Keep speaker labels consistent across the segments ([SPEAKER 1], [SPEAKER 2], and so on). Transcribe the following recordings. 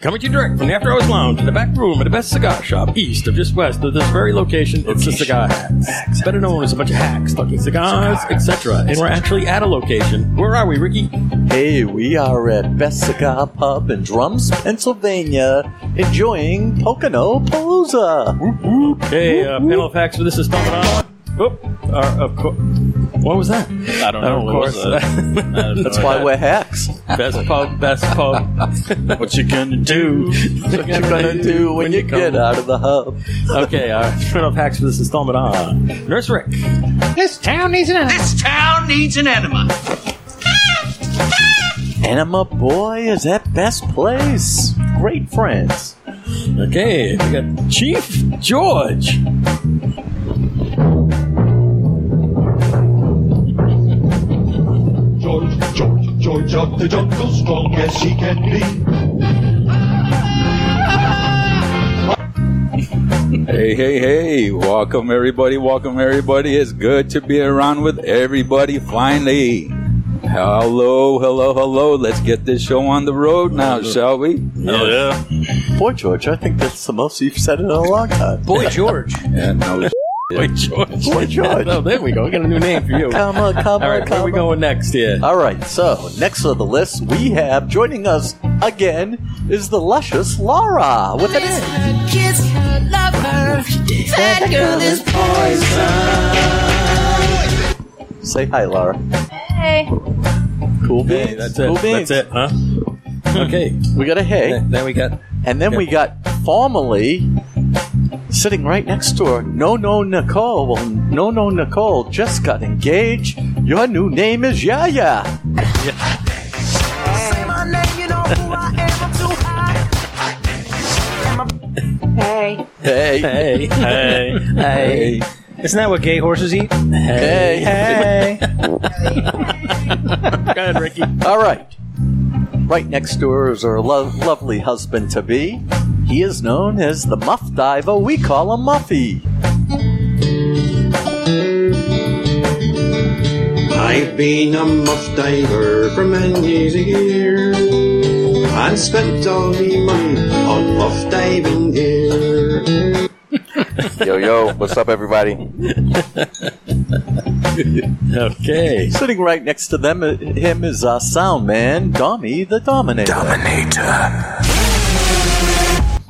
[SPEAKER 1] Coming to you direct from the After Hours Lounge in the back room of the best cigar shop east of just west of this very location. It's the Cigar Hacks. Better known as a bunch of hacks talking cigars, etc. And we're actually at a location. Where are we, Ricky?
[SPEAKER 2] Hey, we are at Best Cigar Pub in Drums, Pennsylvania, enjoying Pocono Palooza.
[SPEAKER 1] Hey, uh, panel of hacks for this is thumbing on. Oop. Uh, of course. What was that?
[SPEAKER 3] I don't know.
[SPEAKER 1] of
[SPEAKER 3] what was
[SPEAKER 1] course.
[SPEAKER 3] that? I don't
[SPEAKER 2] That's
[SPEAKER 3] know.
[SPEAKER 2] why we're hacks.
[SPEAKER 1] best pub, best pub.
[SPEAKER 3] What you gonna do?
[SPEAKER 2] What you gonna do when you get out of the hub?
[SPEAKER 1] Okay, uh, panel of hacks for this installment on Nurse Rick.
[SPEAKER 4] This town needs an enema.
[SPEAKER 5] This town needs an enema.
[SPEAKER 2] Anima Boy is at best place. Great friends.
[SPEAKER 1] Okay, we got Chief George.
[SPEAKER 6] George, George, George of the jungle, strong as he can be.
[SPEAKER 3] Hey, hey, hey. Welcome, everybody. Welcome, everybody. It's good to be around with everybody finally. Hello, hello, hello. Let's get this show on the road now, shall we?
[SPEAKER 1] Hell yeah.
[SPEAKER 2] Boy, George, I think that's the most you've said in a long time.
[SPEAKER 1] Boy George.
[SPEAKER 3] Yeah, no
[SPEAKER 1] Boy George.
[SPEAKER 2] Boy, George.
[SPEAKER 1] Oh, there we go. We got a new name for you.
[SPEAKER 2] Come on, come
[SPEAKER 1] All
[SPEAKER 2] on,
[SPEAKER 1] right, where are we
[SPEAKER 2] come on.
[SPEAKER 1] going next here?
[SPEAKER 2] All right, so next on the list we have joining us again is the luscious Laura with an
[SPEAKER 7] Miss
[SPEAKER 2] N.
[SPEAKER 7] her, kiss her, love her. That girl is
[SPEAKER 2] Say hi, Laura.
[SPEAKER 8] Hey.
[SPEAKER 2] Cool beans.
[SPEAKER 1] Hey, that's it.
[SPEAKER 2] Cool beans. Hmm.
[SPEAKER 1] That's it, huh? okay.
[SPEAKER 2] We got a hey,
[SPEAKER 1] Then then we got
[SPEAKER 2] and then we got formally sitting right next to her. No, no, Nicole. Well, no, no, Nicole just got engaged. Your new name is Yaya.
[SPEAKER 8] Hey.
[SPEAKER 2] Hey,
[SPEAKER 1] hey, hey, hey,
[SPEAKER 4] Isn't that what gay horses eat?
[SPEAKER 2] hey.
[SPEAKER 4] Hey.
[SPEAKER 1] Go ahead, Ricky.
[SPEAKER 2] All right. Right next to her is her lo- lovely husband to be. He is known as the Muff Diver. We call him Muffy.
[SPEAKER 6] I've been a muff diver for many years. and spent all my money on muff diving gear.
[SPEAKER 9] Yo, yo, what's up, everybody?
[SPEAKER 1] Okay.
[SPEAKER 2] Sitting right next to them, uh, him is our sound man, Dommy the Dominator.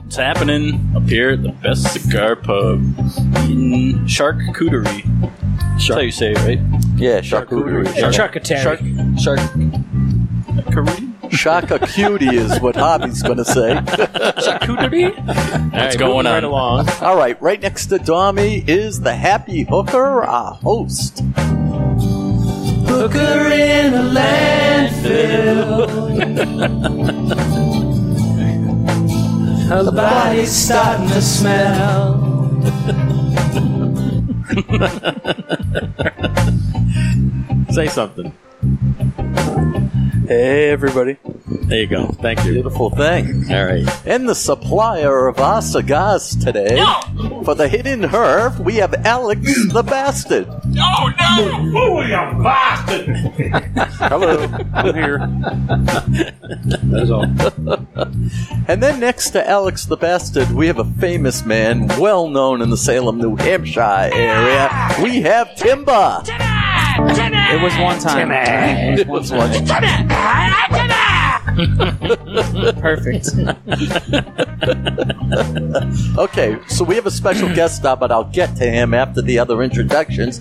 [SPEAKER 3] It's happening up here at the best cigar pub. Mm, charcuterie. That's how you say it, right?
[SPEAKER 2] Yeah, charcuterie.
[SPEAKER 4] Charcuterie.
[SPEAKER 3] Shark. Shark.
[SPEAKER 2] Shaka cutie is what Hobby's going to say.
[SPEAKER 3] What's going on?
[SPEAKER 1] along.
[SPEAKER 2] All right, right next to Dommy is the happy hooker, our host.
[SPEAKER 1] Say something.
[SPEAKER 2] Hey, everybody.
[SPEAKER 1] There you go. Thank you.
[SPEAKER 2] Beautiful thing.
[SPEAKER 1] All right.
[SPEAKER 2] And the supplier of our cigars today, for the hidden herb, we have Alex the Bastard.
[SPEAKER 10] Oh,
[SPEAKER 1] Hello. I'm here. That's all.
[SPEAKER 2] And then next to Alex the Bastard, we have a famous man, well known in the Salem, New Hampshire area. We have Timber.
[SPEAKER 4] It was one time.
[SPEAKER 2] It was one-
[SPEAKER 4] Perfect.
[SPEAKER 2] Okay, so we have a special guest now, but I'll get to him after the other introductions.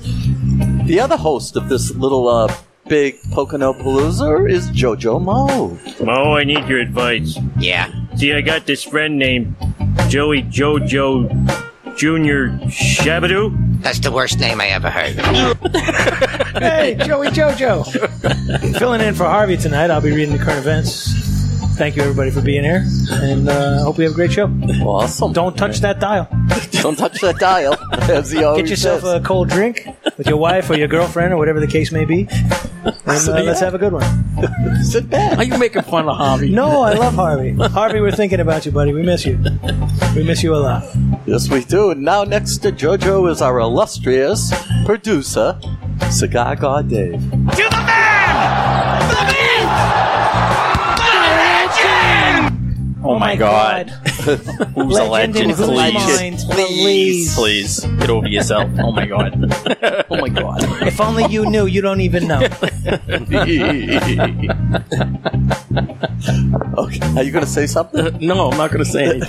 [SPEAKER 2] The other host of this little uh, big Pocono Palooza is Jojo Mo.
[SPEAKER 11] Mo, Oh, I need your advice.
[SPEAKER 5] Yeah.
[SPEAKER 11] See, I got this friend named Joey Jojo Junior Shabadoo.
[SPEAKER 5] That's the worst name I ever heard.
[SPEAKER 4] hey, Joey Jojo. Filling in for Harvey tonight. I'll be reading the current events. Thank you, everybody, for being here. And uh, hope we have a great show.
[SPEAKER 2] Awesome.
[SPEAKER 4] Don't touch that dial.
[SPEAKER 2] Don't touch that dial. As he always
[SPEAKER 4] Get yourself
[SPEAKER 2] says.
[SPEAKER 4] a cold drink with your wife or your girlfriend or whatever the case may be. And, uh, let's have a good one.
[SPEAKER 1] Sit back. Are you making fun of Harvey?
[SPEAKER 4] No, I love Harvey. Harvey, we're thinking about you, buddy. We miss you. We miss you a lot.
[SPEAKER 2] Yes, we do. And now, next to JoJo is our illustrious producer, Cigar God Dave.
[SPEAKER 10] Oh, my god. Who's a
[SPEAKER 4] Legend in
[SPEAKER 10] legend?
[SPEAKER 4] whose
[SPEAKER 10] Please.
[SPEAKER 4] mind?
[SPEAKER 10] Please. Please. Get over yourself. Oh my god. oh my god.
[SPEAKER 4] If only you knew, you don't even know.
[SPEAKER 2] Okay. Are you going to say something?
[SPEAKER 1] no, I'm not going to say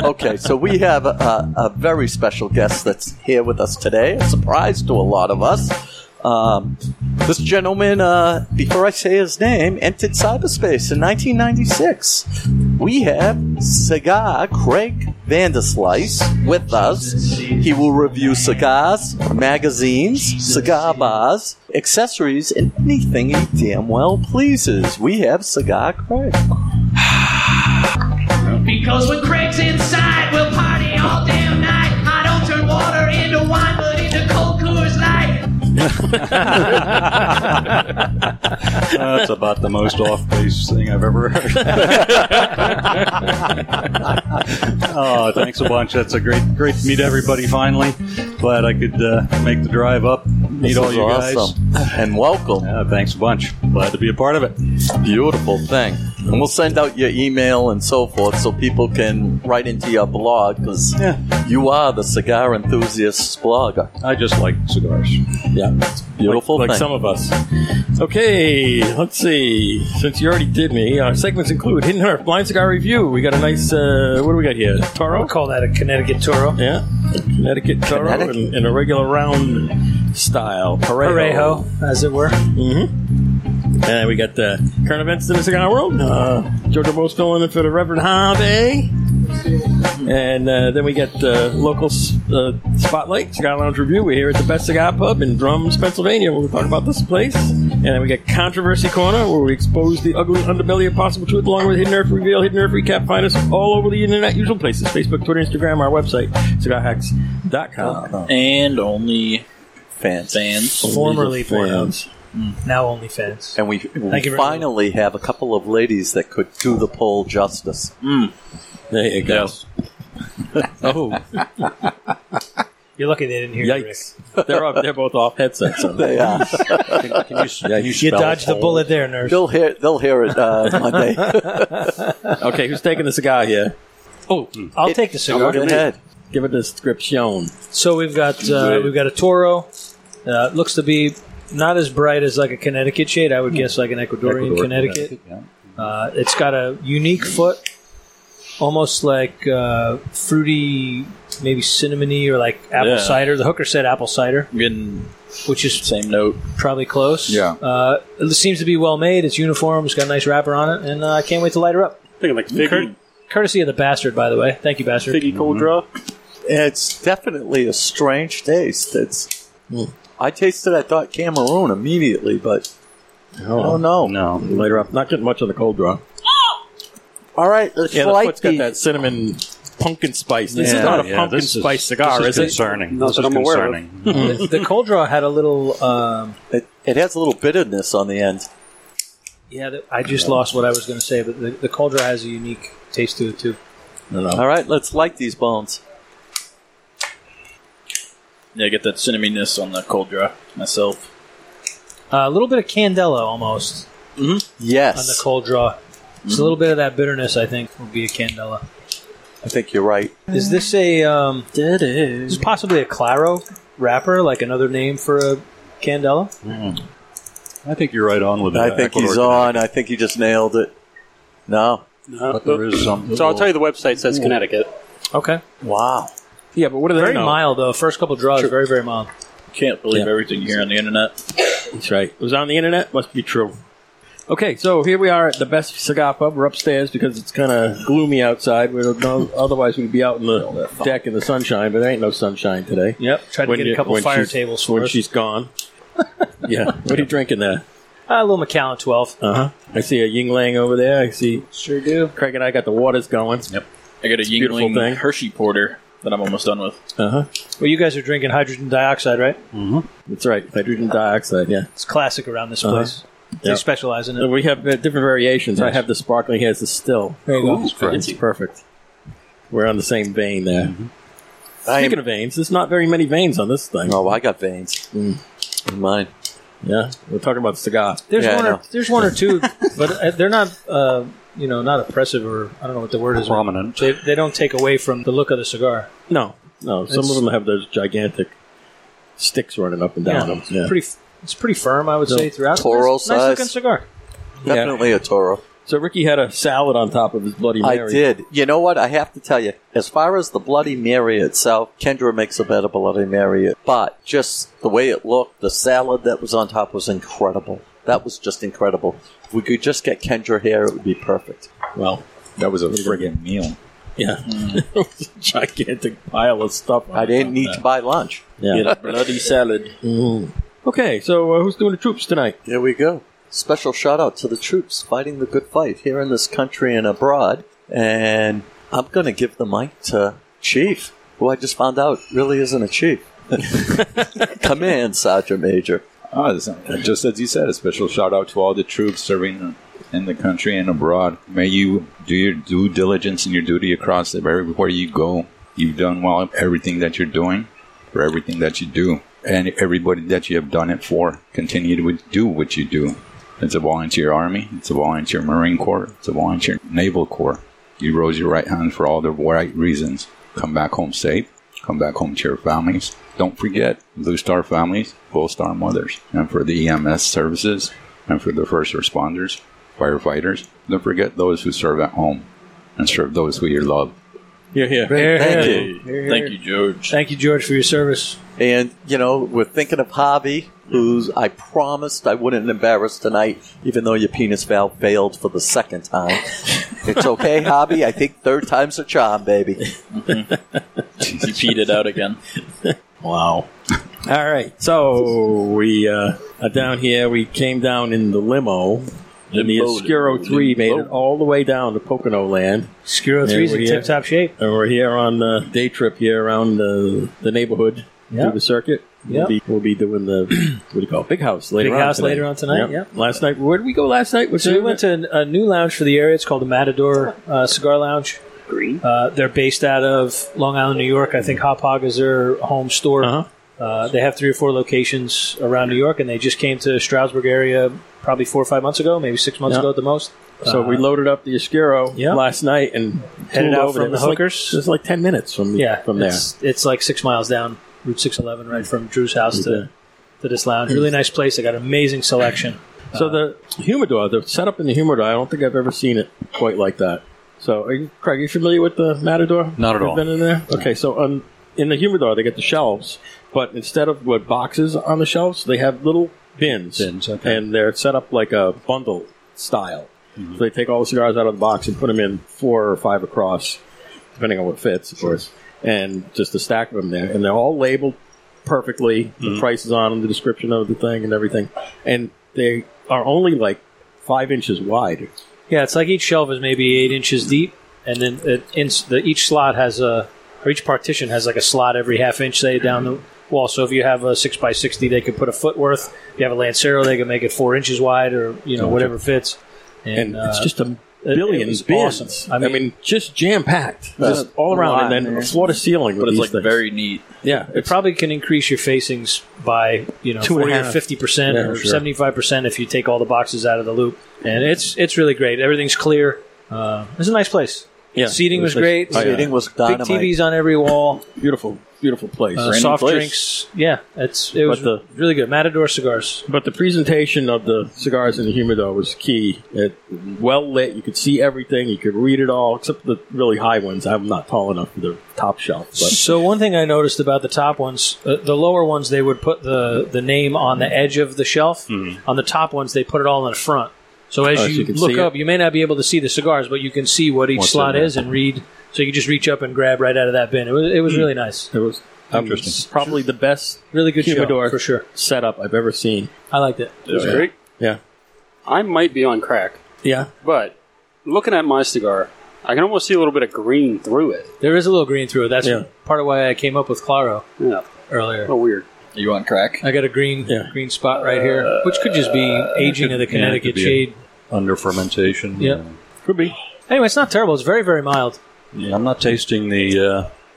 [SPEAKER 2] okay, so we have a, a very special guest that's here with us today. A surprise to a lot of us. Um, this gentleman, uh, before I say his name, entered cyberspace in 1996. We have cigar Craig Vanderslice with us. He will review cigars, magazines, cigar bars, accessories, and anything he damn well pleases. We have cigar Craig.
[SPEAKER 7] Because when Craig's inside, we'll party all damn night. I don't turn water into wine, but into cold Coors Light.
[SPEAKER 12] That's about the most off base thing I've ever heard. oh, thanks a bunch. That's a great, great to meet everybody finally. Glad I could uh, make the drive up, meet
[SPEAKER 2] This
[SPEAKER 12] all
[SPEAKER 2] is
[SPEAKER 12] you
[SPEAKER 2] awesome.
[SPEAKER 12] guys.
[SPEAKER 2] And welcome.
[SPEAKER 12] thanks a bunch. Glad to be a part of it.
[SPEAKER 2] Beautiful thing. And we'll send out your email and so forth so people can write into your blog because you are the cigar enthusiast's blogger.
[SPEAKER 12] I just like cigars.
[SPEAKER 2] Yeah. Beautiful
[SPEAKER 1] Like-
[SPEAKER 2] thing.
[SPEAKER 1] like some of us. Okay, let's see. Since you already did me, our segments include Hidden Earth, Blind Cigar Review. We got a nice, uh, what do we got here? Toro?
[SPEAKER 4] We'll call that a Connecticut Toro.
[SPEAKER 1] Yeah. Connecticut Toro
[SPEAKER 4] Connecticut.
[SPEAKER 1] in, in a regular round style. Parejo.
[SPEAKER 4] Parejo, as it were.
[SPEAKER 1] Mm-hmm. And we got the current events in the cigar world. Uh, Jojo Bo's filling in for the Reverend Harvey. And uh, then we get uh, local s- uh, spotlight, Cigar Lounge Review. We're here at the Best Cigar Pub in Drums, Pennsylvania. We're talking about this place. And then we get Controversy Corner, where we expose the ugly underbelly of possible truth, along with Hidden Earth Reveal, Hidden Earth Recap. Find us all over the internet, usual places Facebook, Twitter, Instagram, our website,
[SPEAKER 2] Oh,
[SPEAKER 1] cigarhacks.com.
[SPEAKER 10] Uh-huh. And only
[SPEAKER 2] fans.
[SPEAKER 10] Fans.
[SPEAKER 4] Formerly fans. Now only fans.
[SPEAKER 2] And we,
[SPEAKER 4] Thank you
[SPEAKER 2] we
[SPEAKER 4] very much.
[SPEAKER 2] finally have a couple of ladies that could do the poll justice.
[SPEAKER 10] Mm.
[SPEAKER 1] There you go. oh.
[SPEAKER 4] You're lucky they didn't hear you, Rick.
[SPEAKER 1] Yikes. They're, up, they're both off headsets. So.
[SPEAKER 2] They are.
[SPEAKER 1] Can,
[SPEAKER 2] can you
[SPEAKER 4] You dodged the bullet there, nurse.
[SPEAKER 2] They'll hear, they'll hear it uh, Monday.
[SPEAKER 1] okay, who's taking the cigar here? Oh,
[SPEAKER 4] I'll take the cigar.
[SPEAKER 1] Go ahead. Give it a description.
[SPEAKER 4] So we've got uh, we've got a Toro. Uh, looks to be not as bright as like a Connecticut shade. I would guess like an Ecuadorian
[SPEAKER 12] Ecuador,
[SPEAKER 4] Connecticut. Uh, it's got a unique foot, almost like uh, fruity, maybe cinnamony or like apple
[SPEAKER 10] Yeah.
[SPEAKER 4] cider. The hooker said apple cider,
[SPEAKER 10] Getting
[SPEAKER 4] which is
[SPEAKER 10] same note.
[SPEAKER 4] probably close.
[SPEAKER 10] Yeah.
[SPEAKER 4] Uh, it seems to be well made. It's uniform. It's got a nice wrapper on it, and uh, I can't wait to light her up.
[SPEAKER 12] Thinking like figgy,
[SPEAKER 4] Courtesy of the bastard, by the way. Thank you, bastard.
[SPEAKER 12] figgy
[SPEAKER 1] Mm-hmm.
[SPEAKER 12] cold draw.
[SPEAKER 2] It's definitely a strange taste. It's
[SPEAKER 12] Hmm.
[SPEAKER 2] I tasted. I thought Cameroon immediately, but I don't know.
[SPEAKER 12] Oh, No.
[SPEAKER 1] Later up. Not getting much on the cold draw.
[SPEAKER 2] All right, let's
[SPEAKER 1] Yeah, that's
[SPEAKER 2] light
[SPEAKER 1] what's got
[SPEAKER 2] the-
[SPEAKER 1] that cinnamon pumpkin spice. This
[SPEAKER 12] Yeah.
[SPEAKER 1] is not a
[SPEAKER 12] Yeah,
[SPEAKER 1] pumpkin
[SPEAKER 12] this is-
[SPEAKER 1] spice cigar,
[SPEAKER 12] this is
[SPEAKER 1] is
[SPEAKER 12] concerning.
[SPEAKER 1] it?
[SPEAKER 12] Not This that is I'm aware of. concerning.
[SPEAKER 13] Mm-hmm.
[SPEAKER 4] the, the cold draw had a little. Um,
[SPEAKER 2] It, it has a little bitterness on the end.
[SPEAKER 4] Yeah, th- I just lost what I was going to say, but the, the Cauldron has a unique taste to it too.
[SPEAKER 2] All right, let's light these bones.
[SPEAKER 10] Yeah, get that cinnaminess on the cold draw myself.
[SPEAKER 4] Uh, a little bit of Candela almost
[SPEAKER 13] Mm-hmm.
[SPEAKER 2] Yes,
[SPEAKER 4] on the cold draw.
[SPEAKER 1] Mm-hmm.
[SPEAKER 4] It's a little bit of that bitterness. I think would be a Candela.
[SPEAKER 2] I think you're right.
[SPEAKER 4] Is this a? Um, is this possibly a Claro wrapper, like another name for a Candela?
[SPEAKER 12] Hmm. I think you're right on with that.
[SPEAKER 2] I think he's
[SPEAKER 12] Ecuador.
[SPEAKER 2] on. I think you just nailed it. No,
[SPEAKER 12] But there is some.
[SPEAKER 13] So I'll tell you the website says Connecticut.
[SPEAKER 4] Okay,
[SPEAKER 2] wow.
[SPEAKER 1] Yeah, but what are they
[SPEAKER 4] very
[SPEAKER 1] know?
[SPEAKER 4] mild though. First couple draws, very very mild.
[SPEAKER 10] Can't believe
[SPEAKER 1] Yeah.
[SPEAKER 10] everything here on the internet.
[SPEAKER 1] That's right. It was on the internet. Must be true. Okay, so here we are at the best cigar pub. We're upstairs because it's kind of gloomy outside. We're no, otherwise we'd be out in the deck in the sunshine, but there ain't no sunshine today.
[SPEAKER 4] Yep. Tried to
[SPEAKER 1] When
[SPEAKER 4] get a
[SPEAKER 1] you-
[SPEAKER 4] couple
[SPEAKER 1] when
[SPEAKER 4] fire
[SPEAKER 1] she's-
[SPEAKER 4] tables for
[SPEAKER 1] when
[SPEAKER 4] us.
[SPEAKER 1] she's gone. yeah. What are you drinking there?
[SPEAKER 4] Uh, a little Macallan twelve.
[SPEAKER 1] Uh huh. I see a Yingling over there. I see
[SPEAKER 4] Sure do.
[SPEAKER 1] Craig and I got the waters going.
[SPEAKER 10] I got a
[SPEAKER 1] Beautiful
[SPEAKER 10] Yingling
[SPEAKER 1] thing.
[SPEAKER 10] Hershey Porter. that I'm almost done with.
[SPEAKER 1] Uh huh.
[SPEAKER 4] Well, you guys are drinking hydrogen dioxide, right?
[SPEAKER 1] Mm-hmm. That's right. Hydrogen dioxide. Yeah.
[SPEAKER 4] It's classic around this
[SPEAKER 1] Uh-huh.
[SPEAKER 4] place. They
[SPEAKER 1] Yeah.
[SPEAKER 4] specialize in it.
[SPEAKER 1] Uh, We have uh, different variations. I have the sparkling. He has the still.
[SPEAKER 4] There you go. Ooh,
[SPEAKER 1] It's perfect. It's perfect. We're on the same vein there. Speaking of veins, there's not very many veins on this thing. Mm.
[SPEAKER 2] Oh, I got veins. Mine.
[SPEAKER 1] Yeah, we're talking about cigar.
[SPEAKER 4] There's one. Or, there's one or two, but uh, they're not. Uh, you know, not oppressive or I don't know what the word is.
[SPEAKER 12] Prominent.
[SPEAKER 4] They, they don't take away from the look of the cigar.
[SPEAKER 1] No, no. Some
[SPEAKER 4] It's-
[SPEAKER 1] of them have those gigantic sticks running up and down them.
[SPEAKER 4] it's
[SPEAKER 1] Yeah.
[SPEAKER 4] pretty. It's pretty firm, I would
[SPEAKER 1] No.
[SPEAKER 4] say, throughout.
[SPEAKER 1] Toro
[SPEAKER 4] nice, nice looking
[SPEAKER 1] size.
[SPEAKER 4] cigar.
[SPEAKER 2] Definitely a Toro.
[SPEAKER 1] So Ricky had a salad on top of his Bloody Mary.
[SPEAKER 2] I did. You know what? I have to tell you, as far as the Bloody Mary itself, Kendra makes a better Bloody Mary. But just the way it looked, the salad that was on top was incredible. That was just incredible. If we could just get Kendra here, it would be perfect.
[SPEAKER 1] Well, that was a friggin'
[SPEAKER 10] meal.
[SPEAKER 1] Yeah, gigantic pile of stuff.
[SPEAKER 2] I didn't need to buy lunch.
[SPEAKER 1] Yeah.
[SPEAKER 10] bloody salad.
[SPEAKER 1] Mm. Okay, so uh, who's doing the troops tonight?
[SPEAKER 2] There we go. Special shout out to the troops fighting the good fight here in this country and abroad. And I'm going to give the mic to Chief, who I just found out really isn't a chief. Come in, Sergeant Major.
[SPEAKER 3] Ah, this- just as you said, a special shout out to all the troops serving in the country and abroad. May you do your due diligence and your duty across everywhere you go. You've done well in everything that you're doing, for everything that you do, and everybody that you have done it for. Continue to do what you do. It's a volunteer army. It's a volunteer Marine Corps. It's a volunteer Naval Corps. You rose your right hand for all the right reasons. Come back home safe. Come back home to your families. Don't forget Blue Star families, Gold Star mothers, and for the EMS services, and for the first responders, firefighters. Don't forget those who serve at home, and serve those who you love.
[SPEAKER 1] You're here.
[SPEAKER 4] Here,
[SPEAKER 2] Thank
[SPEAKER 4] here.
[SPEAKER 2] you.
[SPEAKER 4] Here,
[SPEAKER 10] Thank
[SPEAKER 4] here.
[SPEAKER 10] you, George.
[SPEAKER 4] Thank you, George, for your service.
[SPEAKER 2] And, you know, we're thinking of Javi, who's I promised I wouldn't embarrass tonight, even though your penis valve failed for the second time. it's okay, Javi. I think third time's a charm, baby.
[SPEAKER 10] He
[SPEAKER 1] Mm-hmm.
[SPEAKER 10] peed it out again.
[SPEAKER 1] Wow. All right. So we uh, are down here. We came down in the limo. And the
[SPEAKER 4] Limbo,
[SPEAKER 1] Oscuro
[SPEAKER 4] limbo,
[SPEAKER 1] 3 made it
[SPEAKER 4] limbo.
[SPEAKER 1] all the way down to Pocono Land.
[SPEAKER 4] Oscuro 3's in tip-top shape.
[SPEAKER 1] And we're here on the day trip here around the, the neighborhood
[SPEAKER 4] Yeah.
[SPEAKER 1] through the circuit.
[SPEAKER 4] Yeah.
[SPEAKER 1] We'll, be, we'll be doing the, what do you call it, Big House later
[SPEAKER 4] Big
[SPEAKER 1] on
[SPEAKER 4] house
[SPEAKER 1] tonight.
[SPEAKER 4] later on tonight, yep.
[SPEAKER 1] Last night, where did we go last night? What's
[SPEAKER 4] so we
[SPEAKER 1] the-
[SPEAKER 4] went to a new lounge for the area. It's called the Matador uh, Cigar Lounge.
[SPEAKER 10] Green.
[SPEAKER 4] Uh, they're based out of Long Island, New York. I think Hop Hog is their home store.
[SPEAKER 1] Uh-huh.
[SPEAKER 4] uh they have three or four locations around New York, and they just came to Stroudsburg area probably four or five months ago, maybe six months
[SPEAKER 1] Yeah.
[SPEAKER 4] ago at the most. Uh,
[SPEAKER 1] So we loaded up the Oscuro
[SPEAKER 4] Yeah.
[SPEAKER 1] last night and
[SPEAKER 4] Headed
[SPEAKER 1] pulled
[SPEAKER 4] out
[SPEAKER 1] over
[SPEAKER 4] from
[SPEAKER 1] there.
[SPEAKER 4] the
[SPEAKER 1] It's like-
[SPEAKER 4] hookers?
[SPEAKER 1] It's like 10 minutes from,
[SPEAKER 4] yeah,
[SPEAKER 1] from there.
[SPEAKER 4] It's, it's like six miles down Route 611, right from Drew's house to,
[SPEAKER 1] Okay.
[SPEAKER 4] to this lounge. Really nice place. They got amazing selection.
[SPEAKER 1] So the humidor, the setup in the humidor, I don't think I've ever seen it quite like that. So, are you, Craig, are you familiar with the Matador?
[SPEAKER 12] Not at
[SPEAKER 1] You've
[SPEAKER 12] all.
[SPEAKER 1] Been in there? Okay, so on, in the humidor, they get the shelves, but instead of what boxes on the shelves, they have little bins,
[SPEAKER 12] Bins, okay.
[SPEAKER 1] and they're set up like a bundle style. So they take all the cigars out of the box and put them in four or five across, depending on what fits, of course, and just a stack of them there, and they're all labeled perfectly. The prices on them, the description of the thing, and everything, and they are only like five inches wide.
[SPEAKER 4] Yeah, it's like each shelf is maybe eight inches deep, and then it, in, the, each slot has a, or each partition has like a slot every half inch, say, down the wall. So if you have a six by sixty, they could put a foot worth. If you have a Lancero, they could make it four inches wide, or you know
[SPEAKER 1] Gotcha.
[SPEAKER 4] whatever fits.
[SPEAKER 1] and it's
[SPEAKER 4] uh,
[SPEAKER 1] just a
[SPEAKER 4] it-
[SPEAKER 1] billion
[SPEAKER 4] it was
[SPEAKER 1] bins.
[SPEAKER 4] awesome.
[SPEAKER 1] I mean, just jam packed, just all around, and then floor to ceiling. with
[SPEAKER 10] But it's
[SPEAKER 1] these
[SPEAKER 10] like
[SPEAKER 1] things.
[SPEAKER 10] very neat.
[SPEAKER 1] yeah,
[SPEAKER 4] It probably can increase your facings by you know
[SPEAKER 1] Two and a
[SPEAKER 4] forty or
[SPEAKER 1] half.
[SPEAKER 4] fifty percent
[SPEAKER 1] Yeah,
[SPEAKER 4] or
[SPEAKER 1] sure.
[SPEAKER 4] seventy five percent if you take all the boxes out of the loop, and it's it's really great. Everything's clear. Uh, it's a nice place.
[SPEAKER 1] Yeah,
[SPEAKER 4] seating
[SPEAKER 1] it
[SPEAKER 4] was
[SPEAKER 1] was nice.
[SPEAKER 4] great.
[SPEAKER 1] Oh, yeah. Seating
[SPEAKER 2] was
[SPEAKER 4] big
[SPEAKER 2] dynamite.
[SPEAKER 4] TVs on every wall.
[SPEAKER 1] beautiful, beautiful place.
[SPEAKER 4] Uh, soft drinks. Yeah, it's it was
[SPEAKER 1] But the-
[SPEAKER 4] really good. Matador cigars.
[SPEAKER 1] But the presentation of the cigars in the humidor was key. It well lit. You could see everything. You could read it all, except the really high ones. I'm not tall enough for the top shelf. But
[SPEAKER 4] So one thing I noticed about the top ones, uh, the lower ones they would put the the name on the edge of the shelf.
[SPEAKER 1] Mm-hmm.
[SPEAKER 4] On the top ones they put it all in the front. So as
[SPEAKER 1] Oh, so
[SPEAKER 4] you,
[SPEAKER 1] you can
[SPEAKER 4] look
[SPEAKER 1] see
[SPEAKER 4] up, you may not be able to see the cigars, but you can see what each
[SPEAKER 1] What's
[SPEAKER 4] slot
[SPEAKER 1] in there.
[SPEAKER 4] is and read. So you can just reach up and grab right out of that bin. It was it
[SPEAKER 1] Hmm.
[SPEAKER 4] was really nice.
[SPEAKER 1] it was um,
[SPEAKER 4] Interesting.
[SPEAKER 1] Probably the best
[SPEAKER 4] Really good show,
[SPEAKER 1] humidor
[SPEAKER 4] for sure.
[SPEAKER 1] setup I've ever seen.
[SPEAKER 4] I liked it.
[SPEAKER 13] It was
[SPEAKER 1] Yeah.
[SPEAKER 13] great.
[SPEAKER 1] Yeah,
[SPEAKER 13] I might be on crack,
[SPEAKER 1] yeah.
[SPEAKER 13] but looking at my cigar, I can almost see a little bit of green through it.
[SPEAKER 4] There is a little green through it. That's
[SPEAKER 13] Yeah.
[SPEAKER 4] part of why I came up with Claro
[SPEAKER 13] Yeah.
[SPEAKER 4] earlier.
[SPEAKER 13] Oh, weird.
[SPEAKER 10] Are you on crack?
[SPEAKER 4] I got a green green spot right
[SPEAKER 1] Uh,
[SPEAKER 4] here, which could just be aging of the Connecticut shade.
[SPEAKER 12] under
[SPEAKER 1] Hmm.
[SPEAKER 12] fermentation.
[SPEAKER 4] Yep. Could be. Anyway, it's not terrible. It's very, very mild.
[SPEAKER 12] Yeah, I'm not tasting the.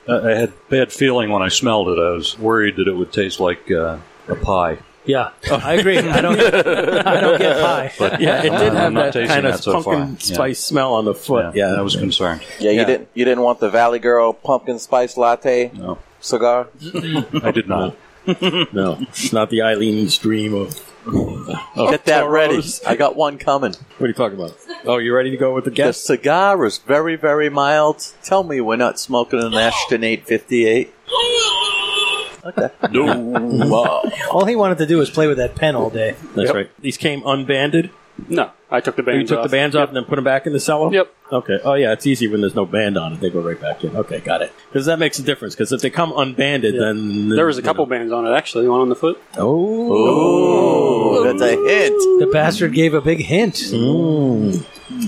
[SPEAKER 12] Uh, I I had bad feeling when I smelled it. I was worried that it would taste like uh, a pie.
[SPEAKER 4] Yeah, I agree. I don't, I don't get high.
[SPEAKER 12] But
[SPEAKER 1] yeah, it
[SPEAKER 12] I'm
[SPEAKER 1] did
[SPEAKER 12] not-
[SPEAKER 1] have
[SPEAKER 12] I'm not
[SPEAKER 1] that
[SPEAKER 12] tasting
[SPEAKER 1] kind of
[SPEAKER 12] that so far.
[SPEAKER 1] pumpkin
[SPEAKER 12] Yeah.
[SPEAKER 1] spice smell on the foot. Yeah,
[SPEAKER 12] I was concerned.
[SPEAKER 9] Yeah, you
[SPEAKER 1] Yeah.
[SPEAKER 9] didn't. You didn't want the Valley Girl pumpkin spice latte cigar.
[SPEAKER 12] I did not.
[SPEAKER 1] no, it's not the Eileen's dream of. of
[SPEAKER 2] Get that ready.
[SPEAKER 1] Oh, Toros.
[SPEAKER 2] I got one coming.
[SPEAKER 1] What are you talking about? Oh, you ready to go with the
[SPEAKER 2] The
[SPEAKER 1] guest?
[SPEAKER 2] cigar is very, very mild. Tell me we're not smoking an Ashton 858.
[SPEAKER 1] No.
[SPEAKER 2] Wow.
[SPEAKER 4] All he wanted to do was play with that pen all day.
[SPEAKER 1] That's right. These came unbanded.
[SPEAKER 13] No, I took the
[SPEAKER 1] you
[SPEAKER 13] bands
[SPEAKER 1] took
[SPEAKER 13] off.
[SPEAKER 1] the bands off and then put them back in the cellar.
[SPEAKER 13] Yep.
[SPEAKER 1] Okay. Oh yeah, it's easy when there's no band on it; they go right back in. Okay, got it. Because that makes a difference. Because if they come unbanded, then
[SPEAKER 13] There was a couple bands on it actually. One on the foot.
[SPEAKER 1] Oh,
[SPEAKER 2] that's a hint.
[SPEAKER 4] The bastard gave a big hint.
[SPEAKER 1] Mm.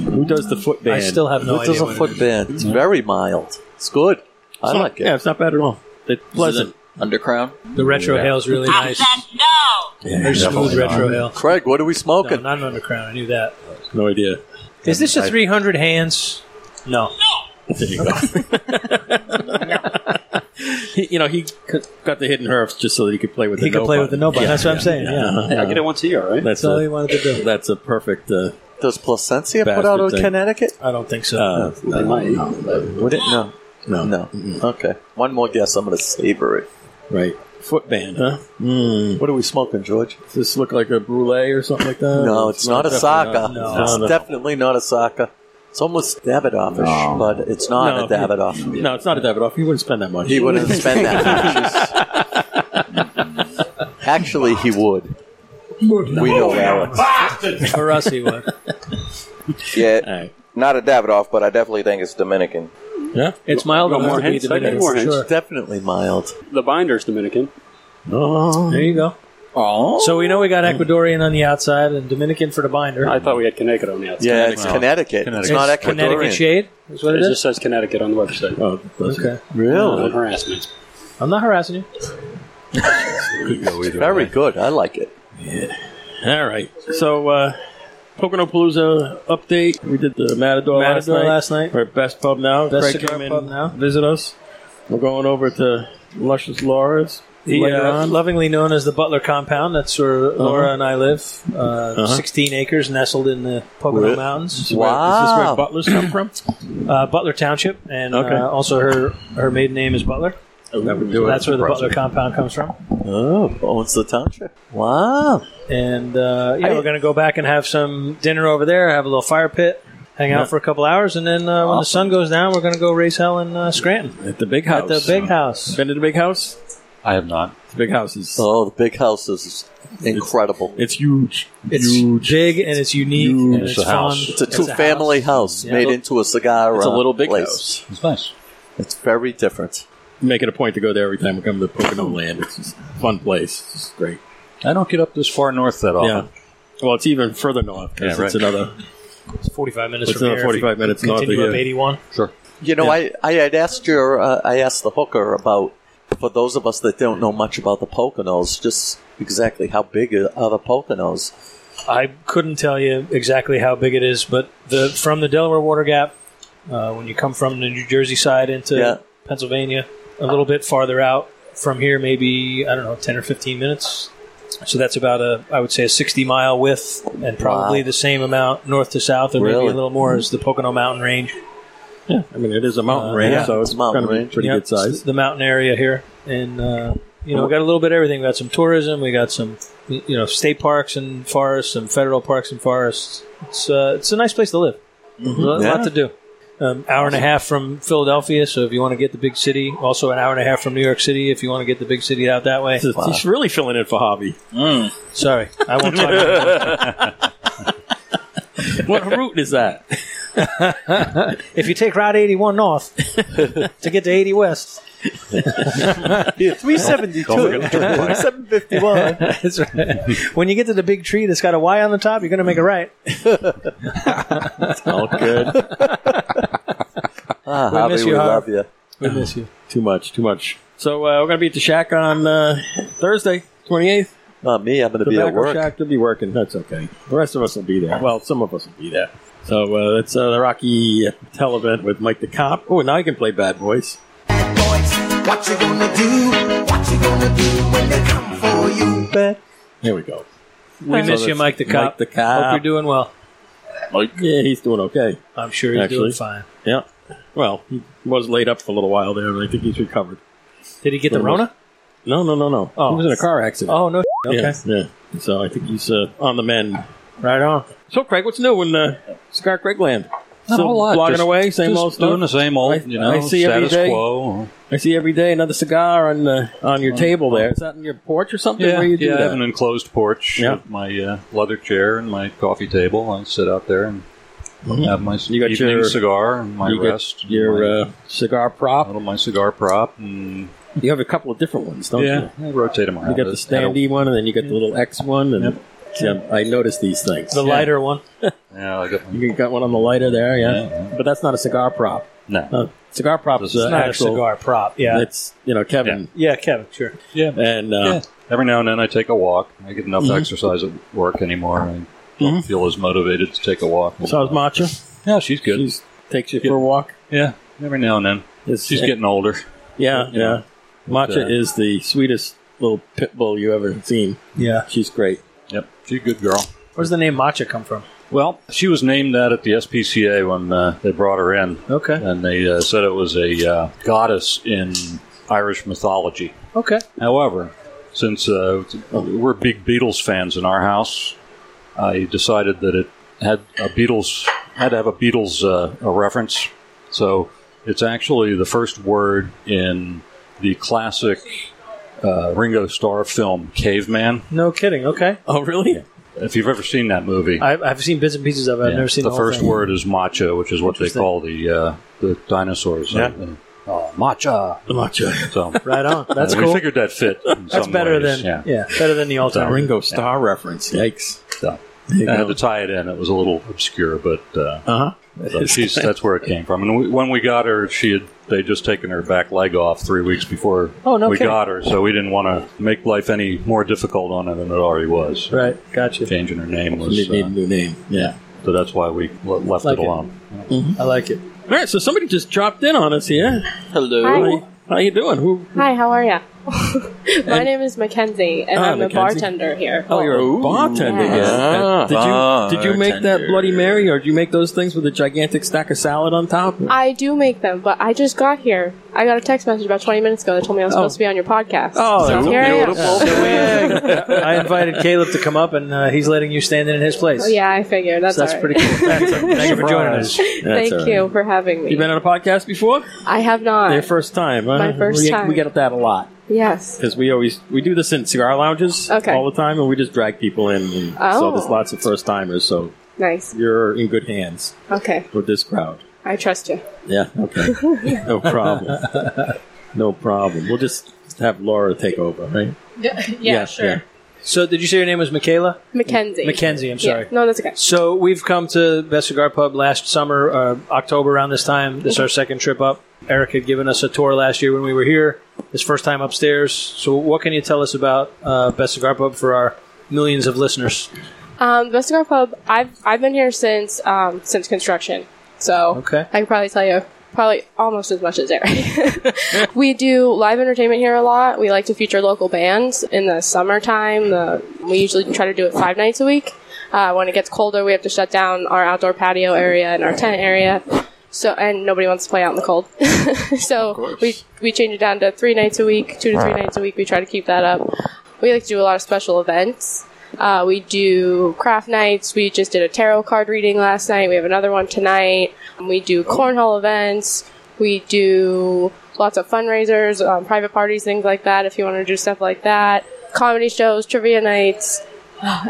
[SPEAKER 1] Who does the foot
[SPEAKER 4] I
[SPEAKER 1] band?
[SPEAKER 4] still have no
[SPEAKER 2] This is a
[SPEAKER 4] idea. what it
[SPEAKER 2] foot band. It's very mild. It's good. I
[SPEAKER 1] It's not-
[SPEAKER 2] like it.
[SPEAKER 1] Yeah, it's not bad at all. It's pleasant.
[SPEAKER 10] Undercrown.
[SPEAKER 4] is. The retro hail is really nice. Very smooth retro hail.
[SPEAKER 2] Craig, what are we
[SPEAKER 4] No,
[SPEAKER 2] smoking?
[SPEAKER 4] not an undercrown. I knew that.
[SPEAKER 1] No idea.
[SPEAKER 4] Is this a
[SPEAKER 1] I-
[SPEAKER 4] 300 hands? No.
[SPEAKER 1] There you go. He- you know, he c- got the hidden herbs just so that he could play with
[SPEAKER 4] He
[SPEAKER 1] the
[SPEAKER 4] could play with the no button. That's what I'm saying, yeah.
[SPEAKER 13] Hey, I get it once a year, right?
[SPEAKER 1] That's,
[SPEAKER 4] That's all he
[SPEAKER 1] a,
[SPEAKER 4] wanted to do.
[SPEAKER 1] that's a perfect. Uh,
[SPEAKER 2] Does Placencia put
[SPEAKER 1] Bastard
[SPEAKER 2] out a
[SPEAKER 1] thing.
[SPEAKER 2] Connecticut?
[SPEAKER 4] I don't think so.
[SPEAKER 1] uh,
[SPEAKER 13] They might.
[SPEAKER 2] Would it? No.
[SPEAKER 1] no,
[SPEAKER 2] No. Okay. One more guess. I'm going to savor it.
[SPEAKER 1] right. Foot band, huh? Mm.
[SPEAKER 2] What are we smoking, George?
[SPEAKER 1] Does this look like a brulee or something like that?
[SPEAKER 2] No, it's not a
[SPEAKER 1] definitely
[SPEAKER 2] Saka.
[SPEAKER 1] not. No,
[SPEAKER 2] It's
[SPEAKER 1] no.
[SPEAKER 2] definitely not a Saka. It's almost Davidoff-ish, but it's not
[SPEAKER 1] No,
[SPEAKER 2] a Davidoff.
[SPEAKER 1] No, it's not a Davidoff. He wouldn't spend that much.
[SPEAKER 2] He wouldn't spend that. much. Actually, he would. We know Alex.
[SPEAKER 4] For us, he would.
[SPEAKER 9] Yeah,
[SPEAKER 1] right.
[SPEAKER 9] not a Davidoff, but I definitely think it's Dominican.
[SPEAKER 1] Yeah.
[SPEAKER 4] It's mild
[SPEAKER 13] Got
[SPEAKER 4] enough
[SPEAKER 13] more
[SPEAKER 4] to be
[SPEAKER 13] hints? I need
[SPEAKER 4] Dominican,
[SPEAKER 13] more
[SPEAKER 4] for
[SPEAKER 13] hints.
[SPEAKER 4] sure.
[SPEAKER 2] Definitely mild.
[SPEAKER 13] The binder's Dominican.
[SPEAKER 1] Oh.
[SPEAKER 4] There you go.
[SPEAKER 10] Oh.
[SPEAKER 4] So we know we got Ecuadorian on the outside and Dominican for the binder.
[SPEAKER 13] I thought we had Connecticut on the outside.
[SPEAKER 2] Yeah, it's Connecticut. It's not
[SPEAKER 4] It's
[SPEAKER 2] Ecuadorian.
[SPEAKER 4] Connecticut shade is what
[SPEAKER 13] It
[SPEAKER 4] it
[SPEAKER 13] just
[SPEAKER 4] is.
[SPEAKER 13] says Connecticut on the website.
[SPEAKER 1] Oh, that's
[SPEAKER 4] Okay,
[SPEAKER 13] Don't
[SPEAKER 2] Really?
[SPEAKER 13] harass me.
[SPEAKER 4] I'm not harassing you.
[SPEAKER 2] Very good. I like it.
[SPEAKER 1] All right. So, uh, Poconopalooza update. We did the Matador,
[SPEAKER 4] Matador
[SPEAKER 1] last
[SPEAKER 4] last
[SPEAKER 1] night.
[SPEAKER 4] night.
[SPEAKER 1] We're at Best Pub Now.
[SPEAKER 4] Best
[SPEAKER 1] Craig
[SPEAKER 4] cigar
[SPEAKER 1] came in
[SPEAKER 4] pub now.
[SPEAKER 1] visit us. We're going over to Luscious Laura's
[SPEAKER 4] The,
[SPEAKER 1] later
[SPEAKER 4] uh,
[SPEAKER 1] on.
[SPEAKER 4] lovingly known as the Butler Compound. That's where
[SPEAKER 1] Uh-huh.
[SPEAKER 4] Laura and I live. Uh, 16 acres nestled in the Pocono
[SPEAKER 1] Really?
[SPEAKER 4] Mountains.
[SPEAKER 1] Uh-huh. Where- Is this where
[SPEAKER 2] Wow.
[SPEAKER 1] Butlers come from?
[SPEAKER 4] Uh, Butler Township, and
[SPEAKER 1] Okay. Oh,
[SPEAKER 4] uh, also her her maiden name is Butler.
[SPEAKER 1] that would do
[SPEAKER 4] That's where the Butler Compound comes from.
[SPEAKER 2] Oh, owns the township. Wow.
[SPEAKER 4] And uh, yeah,
[SPEAKER 2] I-
[SPEAKER 4] we're going to go back and have some dinner over there, have a little fire pit, hang out for a couple hours, and then uh, when the sun goes down, we're going to go race hell in uh, Scranton
[SPEAKER 1] At the big house.
[SPEAKER 4] at the big house.
[SPEAKER 1] Been to the big house?
[SPEAKER 12] I have not.
[SPEAKER 1] The big house is.
[SPEAKER 2] Oh, the big house is incredible.
[SPEAKER 1] It's huge.
[SPEAKER 4] It's
[SPEAKER 1] huge.
[SPEAKER 4] big and it's unique
[SPEAKER 1] Huge.
[SPEAKER 4] and it's,
[SPEAKER 12] It's a
[SPEAKER 4] fun.
[SPEAKER 12] house.
[SPEAKER 2] It's a two-family house, made into a cigar.
[SPEAKER 10] It's a
[SPEAKER 2] uh,
[SPEAKER 10] little big
[SPEAKER 2] place.
[SPEAKER 10] house.
[SPEAKER 12] It's nice.
[SPEAKER 2] It's very different.
[SPEAKER 1] Make it a point to go there every time we come to Pocono Land. It's just a fun place. It's just great.
[SPEAKER 12] I don't get up this far north that often.
[SPEAKER 1] Yeah. Well, it's even further north because
[SPEAKER 12] Yeah,
[SPEAKER 1] it's
[SPEAKER 12] right.
[SPEAKER 1] another.
[SPEAKER 4] It's 45 minutes
[SPEAKER 1] It's
[SPEAKER 4] from
[SPEAKER 1] another
[SPEAKER 4] here. if
[SPEAKER 1] 45
[SPEAKER 4] you
[SPEAKER 1] minutes north of
[SPEAKER 4] Continue up
[SPEAKER 1] here.
[SPEAKER 4] 81.
[SPEAKER 2] You know, I, I had asked your, uh, I asked the hooker about, for those of us that don't know much about the Poconos, just exactly how big are the Poconos.
[SPEAKER 4] I couldn't tell you exactly how big it is, but the from the Delaware Water Gap, uh, when you come from the New Jersey side into
[SPEAKER 2] Yeah.
[SPEAKER 4] Pennsylvania, a little bit farther out from here, maybe I don't know, ten or fifteen minutes. So that's about a, I would say, a sixty mile width, and probably
[SPEAKER 2] Wow.
[SPEAKER 4] the same amount north to south, or maybe
[SPEAKER 2] Really?
[SPEAKER 4] a little more, as the Pocono Mountain Range.
[SPEAKER 1] Yeah, I mean it is a mountain
[SPEAKER 4] Uh,
[SPEAKER 1] range,
[SPEAKER 2] yeah,
[SPEAKER 1] so
[SPEAKER 2] it's
[SPEAKER 1] it's
[SPEAKER 2] a mountain
[SPEAKER 1] kind of a
[SPEAKER 2] range.
[SPEAKER 1] pretty
[SPEAKER 4] Yeah,
[SPEAKER 1] good
[SPEAKER 4] it's
[SPEAKER 1] size.
[SPEAKER 4] The mountain area here, and uh, you know, we got a little bit of everything. We got some tourism, we got some you know state parks and forests, some federal parks and forests. It's uh, it's a nice place to live.
[SPEAKER 1] Mm-hmm.
[SPEAKER 4] Lo-
[SPEAKER 2] Yeah.
[SPEAKER 4] lot to do. Um, hour and a half from Philadelphia, so if you want to get the big city, also an hour and a half from New York City, if you want to get the big city out that way.
[SPEAKER 1] He's- He's really filling in for Hobby.
[SPEAKER 4] Sorry, I won't talk. about it.
[SPEAKER 1] What route is that?
[SPEAKER 4] If you take Route 81 north to get to 80 west,
[SPEAKER 2] Yeah, 372, 751.
[SPEAKER 4] That's right. when you get to the big tree that's got a Y on the top, you're going to make a right.
[SPEAKER 1] All good.
[SPEAKER 2] Ah,
[SPEAKER 1] We
[SPEAKER 2] Javi,
[SPEAKER 1] miss you,
[SPEAKER 2] we
[SPEAKER 1] Javi.
[SPEAKER 2] love you.
[SPEAKER 1] We miss you. Too much, too much. So uh, we're going to be at the shack on uh, Thursday, 28th.
[SPEAKER 2] Not me. I'm going to be
[SPEAKER 1] Tobacco
[SPEAKER 2] at work.
[SPEAKER 1] Shack to be working. That's okay. The rest of us will be there. Well, some of us will be there. So uh, that's uh, the Rocky Patel event with Mike the Cop. Oh, now you can play Bad Boys.
[SPEAKER 7] What you gonna do? What you gonna do when they come for you?
[SPEAKER 1] Here we go.
[SPEAKER 4] We
[SPEAKER 1] So
[SPEAKER 4] miss you,
[SPEAKER 1] that's
[SPEAKER 4] Mike the Cop.
[SPEAKER 1] Mike the Cop.
[SPEAKER 4] Hope you're doing well.
[SPEAKER 1] Mike. Yeah, he's doing okay.
[SPEAKER 4] I'm sure he's
[SPEAKER 1] Actually.
[SPEAKER 4] doing fine.
[SPEAKER 1] Yeah. Well, he was laid up for a little while there, but I think he's recovered.
[SPEAKER 4] Did he get the
[SPEAKER 1] Little-
[SPEAKER 4] Rona?
[SPEAKER 1] No, no, no, no.
[SPEAKER 4] Oh.
[SPEAKER 1] He was in a car accident.
[SPEAKER 4] Oh, no. Okay.
[SPEAKER 1] Yeah, yeah. So I think he's uh, on the mend. Right on. So, Craig, what's new in uh, Scott Craigland?
[SPEAKER 12] Not a
[SPEAKER 1] Still
[SPEAKER 12] whole lot.
[SPEAKER 1] Blogging
[SPEAKER 12] Just-
[SPEAKER 1] away, same
[SPEAKER 12] just
[SPEAKER 1] old stuff.
[SPEAKER 12] doing the same old,
[SPEAKER 1] I-
[SPEAKER 12] you know,
[SPEAKER 1] I see every
[SPEAKER 12] status
[SPEAKER 1] day-
[SPEAKER 12] quo.
[SPEAKER 1] I see every day another cigar on uh, on
[SPEAKER 4] Oh,
[SPEAKER 1] your table there. Is that on your porch or something?
[SPEAKER 12] Yeah,
[SPEAKER 1] where you do
[SPEAKER 12] yeah, I
[SPEAKER 1] that?
[SPEAKER 12] have an enclosed porch
[SPEAKER 1] Yeah.
[SPEAKER 12] with my uh, leather chair and my coffee table. I sit out there and
[SPEAKER 1] Mhm.
[SPEAKER 12] have my
[SPEAKER 1] You got
[SPEAKER 12] evening
[SPEAKER 1] your-
[SPEAKER 12] cigar and my
[SPEAKER 1] you got
[SPEAKER 12] rest. and
[SPEAKER 1] your,
[SPEAKER 12] my,
[SPEAKER 1] uh, cigar prop.
[SPEAKER 12] my cigar prop. And
[SPEAKER 1] You have a couple of different ones, don't
[SPEAKER 12] yeah,
[SPEAKER 1] you?
[SPEAKER 12] I rotate them around.
[SPEAKER 1] You got the standy one, and then you got the little X one, and yeah, I noticed these things.
[SPEAKER 4] The lighter one.
[SPEAKER 12] Yeah, I got
[SPEAKER 1] You got one on the lighter there, yeah. But that's not a cigar prop.
[SPEAKER 12] No,
[SPEAKER 4] Oh,
[SPEAKER 1] Uh, cigar prop is
[SPEAKER 4] It's
[SPEAKER 1] uh,
[SPEAKER 4] not
[SPEAKER 1] actual-
[SPEAKER 4] a cigar prop. Yeah.
[SPEAKER 1] It's you know Kevin.
[SPEAKER 4] yeah, Kevin. Sure.
[SPEAKER 12] Yeah,
[SPEAKER 1] and uh,
[SPEAKER 12] Yeah. Every now and then I take a walk. I get enough
[SPEAKER 1] Mhm.
[SPEAKER 12] exercise at work anymore. I don't feel as motivated to take a walk.
[SPEAKER 1] So is Matcha.
[SPEAKER 12] Yeah, she's good.
[SPEAKER 1] She takes you for a walk.
[SPEAKER 12] Yeah, every now and then. she's getting older.
[SPEAKER 1] Yeah,
[SPEAKER 12] Yeah.
[SPEAKER 1] yeah. Matcha
[SPEAKER 12] uh,
[SPEAKER 1] is the sweetest little pit bull you ever seen.
[SPEAKER 4] Yeah.
[SPEAKER 1] she's great.
[SPEAKER 12] Yep, she's a good girl.
[SPEAKER 4] Where's the name Matcha come from?
[SPEAKER 12] Well, she was named that at the SPCA when uh, they brought her in.
[SPEAKER 4] Okay.
[SPEAKER 12] And they uh, said it was a uh, goddess in Irish mythology.
[SPEAKER 4] Okay.
[SPEAKER 12] However, since uh, we're big Beatles fans in our house, I decided that it had a Beatles had to have a Beatles uh, a reference. So it's actually the first word in the classic uh, Ringo Starr film Caveman.
[SPEAKER 4] No kidding. Okay.
[SPEAKER 1] Oh, really?
[SPEAKER 12] If you've ever seen that movie,
[SPEAKER 4] I've, I've seen bits and pieces of it. I've
[SPEAKER 12] yeah.
[SPEAKER 4] never seen the,
[SPEAKER 12] the,
[SPEAKER 4] whole
[SPEAKER 12] first
[SPEAKER 4] thing.
[SPEAKER 12] word is matcha, which is what they
[SPEAKER 4] Interesting.
[SPEAKER 12] call the uh, the dinosaurs.
[SPEAKER 4] Yeah.
[SPEAKER 12] Uh, uh, matcha.
[SPEAKER 1] The matcha.
[SPEAKER 12] So
[SPEAKER 4] Right on. That's
[SPEAKER 12] we
[SPEAKER 4] cool.
[SPEAKER 12] figured that fit. In
[SPEAKER 4] That's
[SPEAKER 12] some
[SPEAKER 4] better
[SPEAKER 12] ways,
[SPEAKER 4] than yeah. better than the alternative.
[SPEAKER 1] Ringo Star reference. Yikes.
[SPEAKER 12] So,
[SPEAKER 1] you
[SPEAKER 12] I had
[SPEAKER 1] go.
[SPEAKER 12] to tie it in. It was a little obscure, but uh,
[SPEAKER 4] Uh-huh.
[SPEAKER 1] Uh
[SPEAKER 12] so she's, that's where it came from. And we, when we got her, she had they would just taken her back leg off three weeks before
[SPEAKER 4] Oh, no
[SPEAKER 12] we
[SPEAKER 4] kidding.
[SPEAKER 12] got her, so we didn't want to make life any more difficult on her than it already was.
[SPEAKER 4] Right. Gotcha.
[SPEAKER 12] Changing her name was
[SPEAKER 1] Need, need
[SPEAKER 12] uh,
[SPEAKER 1] a new name. Yeah.
[SPEAKER 12] so that's why we le- left
[SPEAKER 4] Like
[SPEAKER 12] it
[SPEAKER 4] it. Mm-hmm.
[SPEAKER 12] alone.
[SPEAKER 4] I like it.
[SPEAKER 1] All right. So somebody just dropped in on us here.
[SPEAKER 8] Hi.
[SPEAKER 1] Hello. How you doing? Who?
[SPEAKER 8] Hi, how are ya? My name is Mackenzie, and
[SPEAKER 1] Ah,
[SPEAKER 8] I'm
[SPEAKER 1] Mackenzie.
[SPEAKER 8] a bartender here.
[SPEAKER 1] Oh, you're a bartender.
[SPEAKER 8] Yeah.
[SPEAKER 1] here.
[SPEAKER 2] Ah,
[SPEAKER 1] Uh, did you did you make that
[SPEAKER 2] bartender.
[SPEAKER 1] Bloody Mary, or did you make those things with a gigantic stack of salad on top?
[SPEAKER 8] I do make them, but I just got here. I got a text message about 20 minutes ago that told me I was
[SPEAKER 1] Oh.
[SPEAKER 8] supposed to be on your podcast.
[SPEAKER 1] Oh,
[SPEAKER 8] so
[SPEAKER 1] that's
[SPEAKER 8] here I am.
[SPEAKER 4] I invited Caleb to come up, and uh, he's letting you stand in his place.
[SPEAKER 8] Oh, yeah, I figured. That's,
[SPEAKER 4] So that's
[SPEAKER 8] all right.
[SPEAKER 4] pretty cool. That's a- Thank you for joining us.
[SPEAKER 8] Thank you for having me.
[SPEAKER 1] You been on a podcast before?
[SPEAKER 8] I have not.
[SPEAKER 1] Your first time, huh?
[SPEAKER 8] My first
[SPEAKER 1] we,
[SPEAKER 8] time.
[SPEAKER 1] We get that a lot
[SPEAKER 8] yes.
[SPEAKER 1] because we always we do this in cigar lounges
[SPEAKER 8] Okay.
[SPEAKER 1] all the time, and we just drag people in. And So
[SPEAKER 8] Oh.
[SPEAKER 1] there's lots of first timers. So
[SPEAKER 8] Nice.
[SPEAKER 1] you're in good hands
[SPEAKER 8] Okay.
[SPEAKER 1] with this crowd.
[SPEAKER 8] I trust you.
[SPEAKER 1] Yeah. Okay. no problem. no problem. We'll just have Laura take over, right?
[SPEAKER 8] Yeah,
[SPEAKER 4] So, did you say your name was Michaela?
[SPEAKER 8] Mackenzie.
[SPEAKER 4] Mackenzie, I'm
[SPEAKER 8] Yeah.
[SPEAKER 4] sorry.
[SPEAKER 8] No, that's okay.
[SPEAKER 4] So we've come to Best Cigar Pub last summer, uh, October around this time. This is our second trip up. Eric had given us a tour last year when we were here. His first time upstairs. So what can you tell us about uh, Best Cigar Pub for our millions of listeners?
[SPEAKER 8] Um, the Best Cigar Pub. I've I've been here since um, since construction, so
[SPEAKER 4] Okay.
[SPEAKER 8] I can probably tell you probably almost as much as Eric. we do live entertainment here a lot. We like to feature local bands in the summertime. The, we usually try to do it five nights a week. Uh, when it gets colder, we have to shut down our outdoor patio area and our tent area. So and nobody wants to play out in the cold. so we we change it down to three nights a week, two to three nights a week. We try to keep that up. We like to do a lot of special events. Uh, we do craft nights. We just did a tarot card reading last night. We have another one tonight. Um, We do cornhole events. We do lots of fundraisers, um, private parties, things like that. If you want to do stuff like that, comedy shows, trivia nights,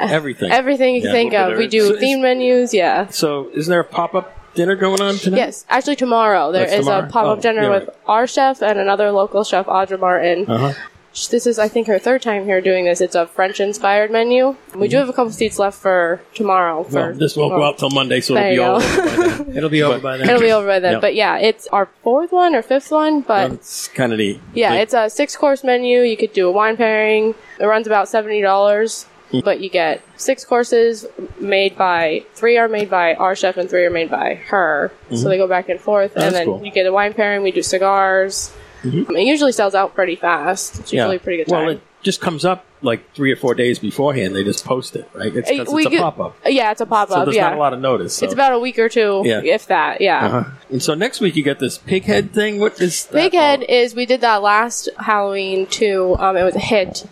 [SPEAKER 1] Everything.
[SPEAKER 8] Oh, everything you can
[SPEAKER 1] Yeah.
[SPEAKER 8] think of. We do
[SPEAKER 1] So is-
[SPEAKER 8] theme menus. Yeah.
[SPEAKER 1] So, isn't there a pop up dinner going on tonight?
[SPEAKER 8] Yes, actually tomorrow there
[SPEAKER 1] That's
[SPEAKER 8] is
[SPEAKER 1] tomorrow?
[SPEAKER 8] a pop-up
[SPEAKER 1] Oh,
[SPEAKER 8] dinner
[SPEAKER 1] yeah.
[SPEAKER 8] with our chef and another local chef, Audra Martin.
[SPEAKER 1] Uh huh.
[SPEAKER 8] Sh- This is, I think, her third time here doing this. It's a French-inspired menu. We do have a couple seats left for tomorrow. For
[SPEAKER 1] Mm-hmm. Well, this won't go
[SPEAKER 8] well,
[SPEAKER 1] out till Monday, so
[SPEAKER 8] there
[SPEAKER 1] it'll
[SPEAKER 8] you
[SPEAKER 1] be all
[SPEAKER 8] go.
[SPEAKER 1] over by then.
[SPEAKER 4] It'll be over by
[SPEAKER 8] It'll be over by then.
[SPEAKER 1] Yeah. Um,
[SPEAKER 8] But yeah, it's our fourth one or fifth one, but
[SPEAKER 1] it's kind of neat.
[SPEAKER 8] yeah,
[SPEAKER 1] Like,
[SPEAKER 8] it's a six-course menu. You could do a wine pairing. It runs about seventy dollars,
[SPEAKER 1] Hmm.
[SPEAKER 8] but you get six courses made by three are made by our chef and three are made by her.
[SPEAKER 7] Mhm.
[SPEAKER 1] Mm-hmm.
[SPEAKER 8] So they go back and forth,
[SPEAKER 7] Oh,
[SPEAKER 8] and
[SPEAKER 7] that's
[SPEAKER 8] then
[SPEAKER 7] cool.
[SPEAKER 8] you get a wine pairing. We do cigars.
[SPEAKER 1] Mm-hmm.
[SPEAKER 8] It usually sells out pretty fast. It's usually a pretty good time.
[SPEAKER 1] Well, it just comes up like three or four days beforehand. They just post it, right? It's,
[SPEAKER 8] Uh,
[SPEAKER 1] 'cause
[SPEAKER 8] we
[SPEAKER 1] it's a
[SPEAKER 8] get-
[SPEAKER 1] pop up.
[SPEAKER 8] Yeah, it's a pop
[SPEAKER 1] So
[SPEAKER 8] up.
[SPEAKER 1] there's
[SPEAKER 8] yeah,
[SPEAKER 1] not a lot of notice. so-
[SPEAKER 8] it's about a week or two,
[SPEAKER 1] Yeah.
[SPEAKER 8] if that. Yeah.
[SPEAKER 1] Uh-huh. And so next week you get this pig head thing. What is that?
[SPEAKER 8] Big Head is we did that last Halloween too. Um, it was a hit.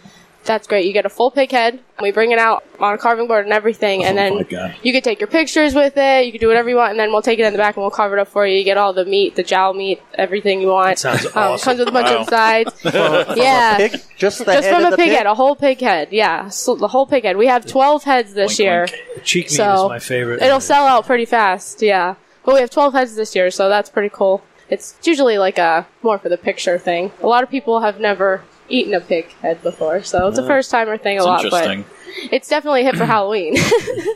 [SPEAKER 8] That's great. You get a full pig head. We bring it out on a carving board and everything, and
[SPEAKER 1] Oh my
[SPEAKER 8] then
[SPEAKER 1] God.
[SPEAKER 8] you could take your pictures with it. You can do whatever you want, and then we'll take it in the back and we'll carve it up for you. You get all the meat, the jowl meat, everything you want.
[SPEAKER 2] sounds
[SPEAKER 8] Um,
[SPEAKER 2] awesome.
[SPEAKER 8] comes with a bunch
[SPEAKER 2] Wow.
[SPEAKER 8] of sides. yeah,
[SPEAKER 2] Pig? Just the
[SPEAKER 8] just
[SPEAKER 2] head
[SPEAKER 8] from
[SPEAKER 2] of
[SPEAKER 8] a
[SPEAKER 2] the
[SPEAKER 8] pig, head, a whole pig head. Yeah, so the whole pig head. We have twelve heads this year.
[SPEAKER 4] Cheek meat
[SPEAKER 8] So,
[SPEAKER 4] is my favorite.
[SPEAKER 8] It'll sell out pretty fast, yeah. But we have 12 heads this year, so that's pretty cool. It's usually like a more for the picture thing. A lot of people have never eaten a pig head before, so it's a
[SPEAKER 1] Uh,
[SPEAKER 4] Oh.
[SPEAKER 8] first timer thing a
[SPEAKER 4] That's
[SPEAKER 8] lot. But
[SPEAKER 4] interesting.
[SPEAKER 8] it's definitely a hit for Halloween.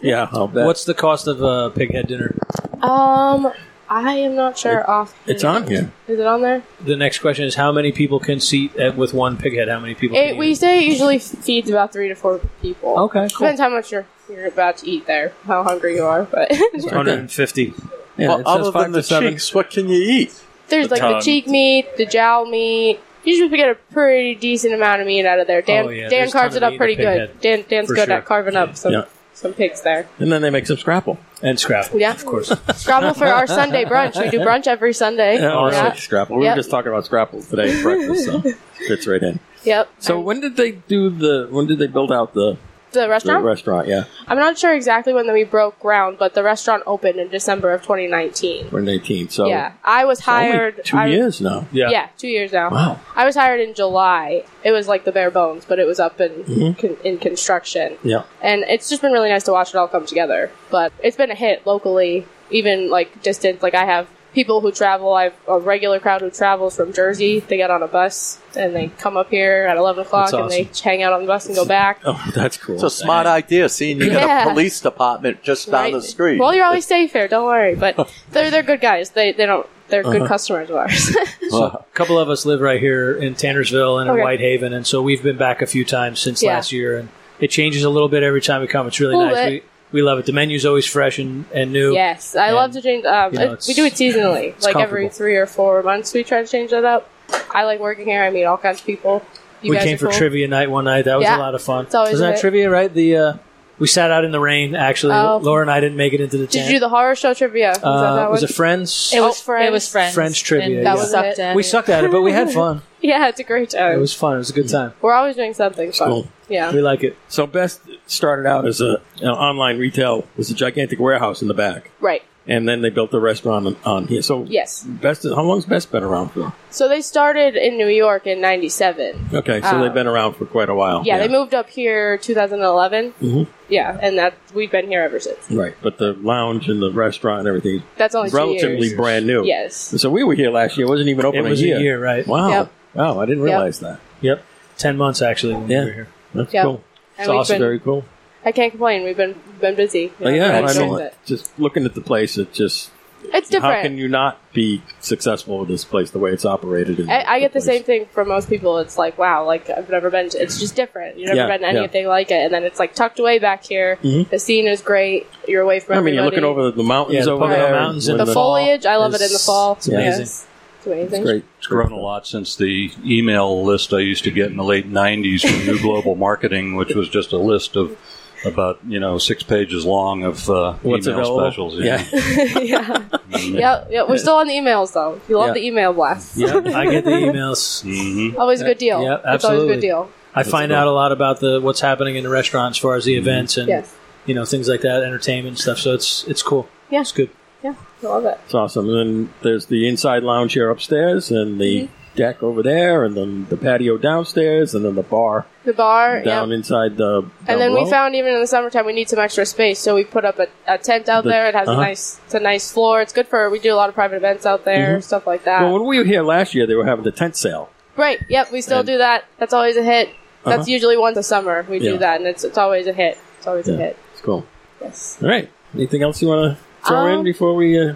[SPEAKER 1] Yeah, I'll bet.
[SPEAKER 4] What's the cost of a uh, pig head dinner?
[SPEAKER 8] um, I am not sure off.
[SPEAKER 4] it's on here.
[SPEAKER 8] Is it on there?
[SPEAKER 4] The next question is how many people can seat at, with one pig head? How many people?
[SPEAKER 8] It, we say it usually feeds about three to four people.
[SPEAKER 4] Okay, cool.
[SPEAKER 8] Depends how much you're you're about to eat there, how hungry you are, but
[SPEAKER 4] One hundred and fifty.
[SPEAKER 2] well, other than the cheeks, what can you eat?
[SPEAKER 8] There's like the cheek meat, the jowl meat. Usually we get a pretty decent amount of meat out of there. Dan,
[SPEAKER 1] Oh, yeah,
[SPEAKER 8] Dan
[SPEAKER 1] there's
[SPEAKER 8] carves
[SPEAKER 1] ton
[SPEAKER 8] it
[SPEAKER 1] of
[SPEAKER 8] up
[SPEAKER 1] meat in
[SPEAKER 8] pretty
[SPEAKER 1] a pig
[SPEAKER 8] good.
[SPEAKER 1] head.
[SPEAKER 8] Dan Dan's
[SPEAKER 1] For
[SPEAKER 8] good
[SPEAKER 1] sure.
[SPEAKER 8] at carving up some
[SPEAKER 1] Yeah.
[SPEAKER 8] some pigs there.
[SPEAKER 1] And then they make some scrapple
[SPEAKER 4] and scrapple.
[SPEAKER 8] Yeah.
[SPEAKER 1] of course.
[SPEAKER 8] Scrabble for our Sunday brunch. We do brunch every Sunday.
[SPEAKER 1] Yeah, all right, scrapple. We
[SPEAKER 8] Yep.
[SPEAKER 1] were just talking about scrapple today at breakfast, so fits right in.
[SPEAKER 8] Yep.
[SPEAKER 1] So when did they do the? When did they build out the
[SPEAKER 8] The restaurant.
[SPEAKER 1] The restaurant, yeah,
[SPEAKER 8] I'm not sure exactly when we broke ground, but the restaurant opened in December of 2019.
[SPEAKER 1] 2019. So
[SPEAKER 8] yeah, I was
[SPEAKER 1] it's only
[SPEAKER 8] hired.
[SPEAKER 1] two
[SPEAKER 8] I-
[SPEAKER 1] years now.
[SPEAKER 8] Yeah. two years now.
[SPEAKER 1] Wow.
[SPEAKER 8] I was hired in July. It was like the bare bones, but it was up in
[SPEAKER 1] Mhm.
[SPEAKER 8] con- in construction.
[SPEAKER 1] Yeah.
[SPEAKER 8] and it's just been really nice to watch it all come together. But it's been a hit locally, even like distance. Like I have people who travel. I have a regular crowd who travels from Jersey. They get on a bus and they come up here at eleven o'clock
[SPEAKER 2] That's
[SPEAKER 8] and they hang out on the bus and go back.
[SPEAKER 1] Oh, that's cool.
[SPEAKER 2] It's a smart idea. Seeing you got
[SPEAKER 8] Yeah.
[SPEAKER 2] a police department just down
[SPEAKER 8] Right.
[SPEAKER 2] the street.
[SPEAKER 8] Well, you're always safe here. Don't worry. But they're they're good guys. They they don't. They're
[SPEAKER 4] Uh-huh.
[SPEAKER 8] good customers of ours.
[SPEAKER 4] So a couple of us live right here in Tannersville and in
[SPEAKER 8] Okay.
[SPEAKER 4] Whitehaven, and so we've been back a few times since
[SPEAKER 8] Yeah.
[SPEAKER 4] last year, and it changes a little bit every time we come. It's really
[SPEAKER 8] Little
[SPEAKER 4] nice.
[SPEAKER 8] bit.
[SPEAKER 4] We, we love it. The menu's always fresh and, and new.
[SPEAKER 8] Yes, I love to change. Um,
[SPEAKER 4] you know,
[SPEAKER 8] it- we do it seasonally,
[SPEAKER 4] it's
[SPEAKER 8] like every
[SPEAKER 4] comfortable.
[SPEAKER 8] three or four months. We try to change that up. I like working here. I meet all kinds of people. You
[SPEAKER 4] we
[SPEAKER 8] guys
[SPEAKER 4] came
[SPEAKER 8] are
[SPEAKER 4] for
[SPEAKER 8] cool.
[SPEAKER 4] trivia night one night. That was
[SPEAKER 8] Yeah.
[SPEAKER 4] a lot of fun.
[SPEAKER 8] It's always
[SPEAKER 4] Wasn't
[SPEAKER 8] a
[SPEAKER 4] that
[SPEAKER 8] bit-
[SPEAKER 4] trivia right? The uh, we sat out in the rain. Actually,
[SPEAKER 8] Oh.
[SPEAKER 4] Laura and I didn't make it into the
[SPEAKER 8] Did
[SPEAKER 4] tent.
[SPEAKER 8] you do the horror show trivia? Was
[SPEAKER 4] Uh,
[SPEAKER 8] that that
[SPEAKER 4] was
[SPEAKER 8] one?
[SPEAKER 4] it Friends?
[SPEAKER 8] It was friends.
[SPEAKER 14] It was friends.
[SPEAKER 4] Oh, Friends trivia.
[SPEAKER 8] That
[SPEAKER 4] yeah.
[SPEAKER 8] was sucked
[SPEAKER 4] We sucked at it, but we had fun.
[SPEAKER 8] Yeah, it's a great time.
[SPEAKER 4] It was fun. It was a good time.
[SPEAKER 8] We're always doing something fun.
[SPEAKER 1] Cool.
[SPEAKER 8] Yeah.
[SPEAKER 4] We like it.
[SPEAKER 1] So best started out as a an online retail. It was a gigantic warehouse in the back,
[SPEAKER 8] Right.
[SPEAKER 1] and then they built the restaurant on, on here. So
[SPEAKER 8] Yes.
[SPEAKER 1] best. How long's Best been around for?
[SPEAKER 8] So they started in New York in '97.
[SPEAKER 1] Okay, so
[SPEAKER 8] Um,
[SPEAKER 1] they've been around for quite a while.
[SPEAKER 8] Yeah, they moved up here 2011.
[SPEAKER 1] Mhm.
[SPEAKER 4] Mm-hmm.
[SPEAKER 8] Yeah, and that we've been here ever since.
[SPEAKER 1] Right, but the lounge and the restaurant and everything
[SPEAKER 8] That's only two
[SPEAKER 1] relatively
[SPEAKER 8] years.
[SPEAKER 1] brand new.
[SPEAKER 8] Yes.
[SPEAKER 1] And so we were here last year. It wasn't even open.
[SPEAKER 4] It was
[SPEAKER 1] a
[SPEAKER 4] a
[SPEAKER 1] year,
[SPEAKER 4] year, right.
[SPEAKER 1] Wow.
[SPEAKER 8] Yep.
[SPEAKER 1] Wow, I didn't
[SPEAKER 8] Yep.
[SPEAKER 1] realize that.
[SPEAKER 4] Yep, ten months actually. When
[SPEAKER 1] yeah,
[SPEAKER 4] we were here.
[SPEAKER 1] that's
[SPEAKER 8] Yep.
[SPEAKER 1] cool.
[SPEAKER 8] And we've been-
[SPEAKER 1] Very cool.
[SPEAKER 8] I can't complain. We've been been busy.
[SPEAKER 1] Oh, yeah, I
[SPEAKER 8] enjoyed
[SPEAKER 1] mean,
[SPEAKER 8] it.
[SPEAKER 1] just looking at the place, it just
[SPEAKER 8] It's different.
[SPEAKER 1] How can you not be successful with this place the way it's operated? And,
[SPEAKER 8] I, I get the same thing from most people. It's like, wow, like I've never been. To, it's just different. You've never
[SPEAKER 1] Yeah,
[SPEAKER 8] been to
[SPEAKER 1] yeah.
[SPEAKER 8] anything like it. And then it's like tucked away back here.
[SPEAKER 1] Mhm.
[SPEAKER 8] The scene is great. You're away from.
[SPEAKER 1] I mean, you're
[SPEAKER 8] everybody.
[SPEAKER 1] looking over the mountains
[SPEAKER 4] Yeah, the
[SPEAKER 1] over
[SPEAKER 4] Pocono
[SPEAKER 1] there.
[SPEAKER 4] Mountains
[SPEAKER 1] and
[SPEAKER 8] the, foliage. I love it in the fall.
[SPEAKER 4] It's amazing.
[SPEAKER 8] Yes. It's amazing.
[SPEAKER 12] It's grown a lot since the email list I used to get in the late '90s from New Global Marketing, which was just a list of about you know six pages long of uh,
[SPEAKER 1] What's
[SPEAKER 12] email
[SPEAKER 1] available?
[SPEAKER 12] specials.
[SPEAKER 1] Yeah.
[SPEAKER 8] yeah. yeah, yeah. We're still on the emails though. You love
[SPEAKER 4] Yeah.
[SPEAKER 8] the email blast.
[SPEAKER 4] Yeah, I get the emails.
[SPEAKER 8] always a good deal.
[SPEAKER 4] Yeah,
[SPEAKER 8] It's always a
[SPEAKER 4] absolutely.
[SPEAKER 8] good deal.
[SPEAKER 4] I find out a Mm-hmm. lot about the what's happening in the restaurant as far as the events and
[SPEAKER 8] Yes.
[SPEAKER 4] you know things like that, entertainment and stuff. So it's it's cool.
[SPEAKER 8] Yeah.
[SPEAKER 4] It's good.
[SPEAKER 8] Yeah, I love it.
[SPEAKER 1] It's awesome. And then there's the inside lounge here upstairs, and the
[SPEAKER 8] Mm-hmm.
[SPEAKER 1] deck over there, and then the patio downstairs, and then the bar
[SPEAKER 8] The bar. yeah.
[SPEAKER 1] down inside the. down
[SPEAKER 8] And then
[SPEAKER 1] below.
[SPEAKER 8] we found even in the summertime we need some extra space, so we put up a, a tent out
[SPEAKER 1] The-
[SPEAKER 8] there. It has
[SPEAKER 1] uh-huh.
[SPEAKER 8] a nice, it's a nice floor. It's good for we do a lot of private events out there,
[SPEAKER 1] Mhm.
[SPEAKER 8] stuff like that.
[SPEAKER 1] Well, when we were here last year, they were having the tent sale.
[SPEAKER 8] Right. Yep. We still
[SPEAKER 1] And-
[SPEAKER 8] do that. That's always a hit. That's
[SPEAKER 1] Uh-huh.
[SPEAKER 8] usually once a summer we
[SPEAKER 1] Yeah.
[SPEAKER 8] do that, and it's it's always a hit. It's always a
[SPEAKER 1] Yeah.
[SPEAKER 8] hit.
[SPEAKER 1] It's cool.
[SPEAKER 8] Yes.
[SPEAKER 1] All right. Anything else you want to throw in
[SPEAKER 8] Um,
[SPEAKER 1] before we uh,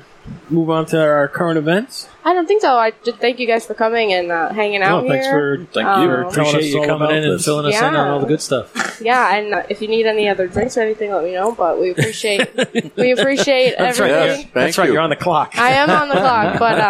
[SPEAKER 1] move on to our current events?
[SPEAKER 8] I don't think so. I just thank you guys for coming and uh, hanging out here.
[SPEAKER 1] No, thanks for
[SPEAKER 4] Thank
[SPEAKER 8] Um,
[SPEAKER 4] you for
[SPEAKER 1] telling us
[SPEAKER 4] appreciate you
[SPEAKER 1] all
[SPEAKER 4] coming
[SPEAKER 1] about
[SPEAKER 4] in and
[SPEAKER 1] this.
[SPEAKER 4] filling us in on
[SPEAKER 8] Yeah.
[SPEAKER 4] all the good stuff.
[SPEAKER 8] Yeah, and uh, if you need any other drinks or anything, let me know. But we appreciate we appreciate
[SPEAKER 1] That's right.
[SPEAKER 8] everything.
[SPEAKER 1] you're- That's right. You're on the clock.
[SPEAKER 8] I am on the clock, but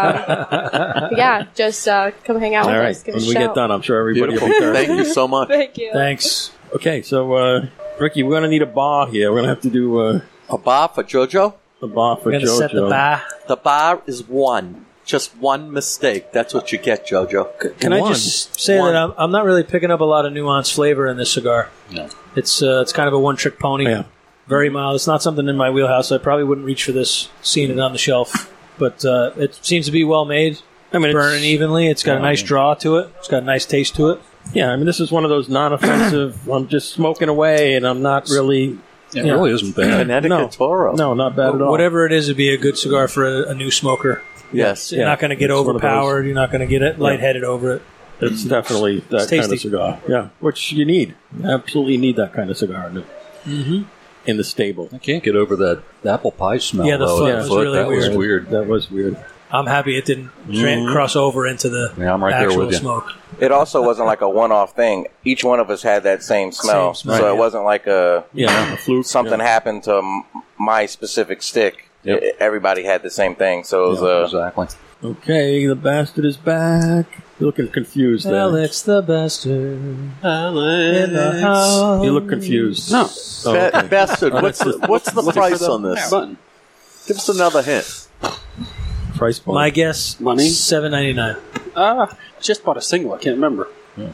[SPEAKER 8] um, yeah, just uh, come hang out
[SPEAKER 1] All
[SPEAKER 8] with
[SPEAKER 1] right.
[SPEAKER 8] us. Give
[SPEAKER 1] When
[SPEAKER 8] us a
[SPEAKER 1] we
[SPEAKER 8] shout.
[SPEAKER 1] get done, I'm sure everybody will be
[SPEAKER 8] Beautiful.
[SPEAKER 1] there.
[SPEAKER 8] Thank you so much. Thank you.
[SPEAKER 1] Thanks. Okay, so uh, Ricky, we're gonna need a bar here. We're gonna have to do uh,
[SPEAKER 2] a bar for JoJo.
[SPEAKER 1] A bar for
[SPEAKER 2] We're
[SPEAKER 1] JoJo.
[SPEAKER 2] gonna set the bar. The bar is one. Just one mistake. That's what you get, JoJo.
[SPEAKER 4] Can I just say that I'm, I'm not really picking up a lot of nuanced flavor in this cigar.
[SPEAKER 2] No.
[SPEAKER 4] It's uh, it's kind of a one trick pony.
[SPEAKER 1] Yeah.
[SPEAKER 4] Very mild. It's not something in my wheelhouse. I probably wouldn't reach for this, seeing it on the shelf. But uh, it seems to be well made. I mean, burning evenly. It's got a
[SPEAKER 1] Yeah, I
[SPEAKER 4] nice
[SPEAKER 1] mean-
[SPEAKER 4] draw to it. It's got a nice taste to it.
[SPEAKER 1] Yeah, I mean, this is one of those non-offensive. I'm just smoking away, and I'm not really.
[SPEAKER 4] It really isn't bad.
[SPEAKER 2] Connecticut
[SPEAKER 4] No.
[SPEAKER 2] Toro.
[SPEAKER 1] No, not bad at all.
[SPEAKER 4] Whatever it is, it'd be a good cigar for a, a new smoker.
[SPEAKER 2] Yes.
[SPEAKER 4] You're not going to get
[SPEAKER 1] It's one of those.
[SPEAKER 4] overpowered. You're not going to get it lightheaded over it.
[SPEAKER 1] It's definitely that
[SPEAKER 4] It's
[SPEAKER 1] kind
[SPEAKER 4] tasty.
[SPEAKER 1] of cigar. Yeah, which you need. You absolutely need that kind of cigar in the,
[SPEAKER 4] Mm-hmm.
[SPEAKER 1] in the stable. I
[SPEAKER 12] can't get over that apple pie smell.
[SPEAKER 4] Yeah, the
[SPEAKER 12] though,
[SPEAKER 4] foot
[SPEAKER 12] that
[SPEAKER 4] was really
[SPEAKER 12] that was
[SPEAKER 4] weird.
[SPEAKER 12] weird.
[SPEAKER 1] That was weird.
[SPEAKER 4] I'm happy it didn't
[SPEAKER 1] Mm-hmm.
[SPEAKER 4] tran
[SPEAKER 12] Mhm.
[SPEAKER 4] cross over into the
[SPEAKER 12] Yeah, I'm right there
[SPEAKER 4] actual
[SPEAKER 12] with you.
[SPEAKER 4] smoke.
[SPEAKER 9] It also wasn't like a one-off thing. Each one of us had that same smell,
[SPEAKER 4] Same smell,
[SPEAKER 9] so
[SPEAKER 4] yeah.
[SPEAKER 9] it wasn't like a
[SPEAKER 1] yeah fluke.
[SPEAKER 9] Something happened to m- my specific stick. E- Everybody had the same thing, so it was uh,
[SPEAKER 12] exactly.
[SPEAKER 1] Okay, the bastard is back. You're looking confused there.
[SPEAKER 4] Alex the bastard. Alex. In the house.
[SPEAKER 1] You look confused.
[SPEAKER 2] No.
[SPEAKER 1] Oh,
[SPEAKER 2] Ba-
[SPEAKER 1] okay.
[SPEAKER 2] Bastard, what's the, what's the
[SPEAKER 1] Looking for
[SPEAKER 2] price
[SPEAKER 1] the
[SPEAKER 2] on this?
[SPEAKER 1] button.
[SPEAKER 2] Give us another hint.
[SPEAKER 1] Price point.
[SPEAKER 4] My guess,
[SPEAKER 13] Money?
[SPEAKER 4] seven ninety nine.
[SPEAKER 13] Ah, just bought a single. I can't remember.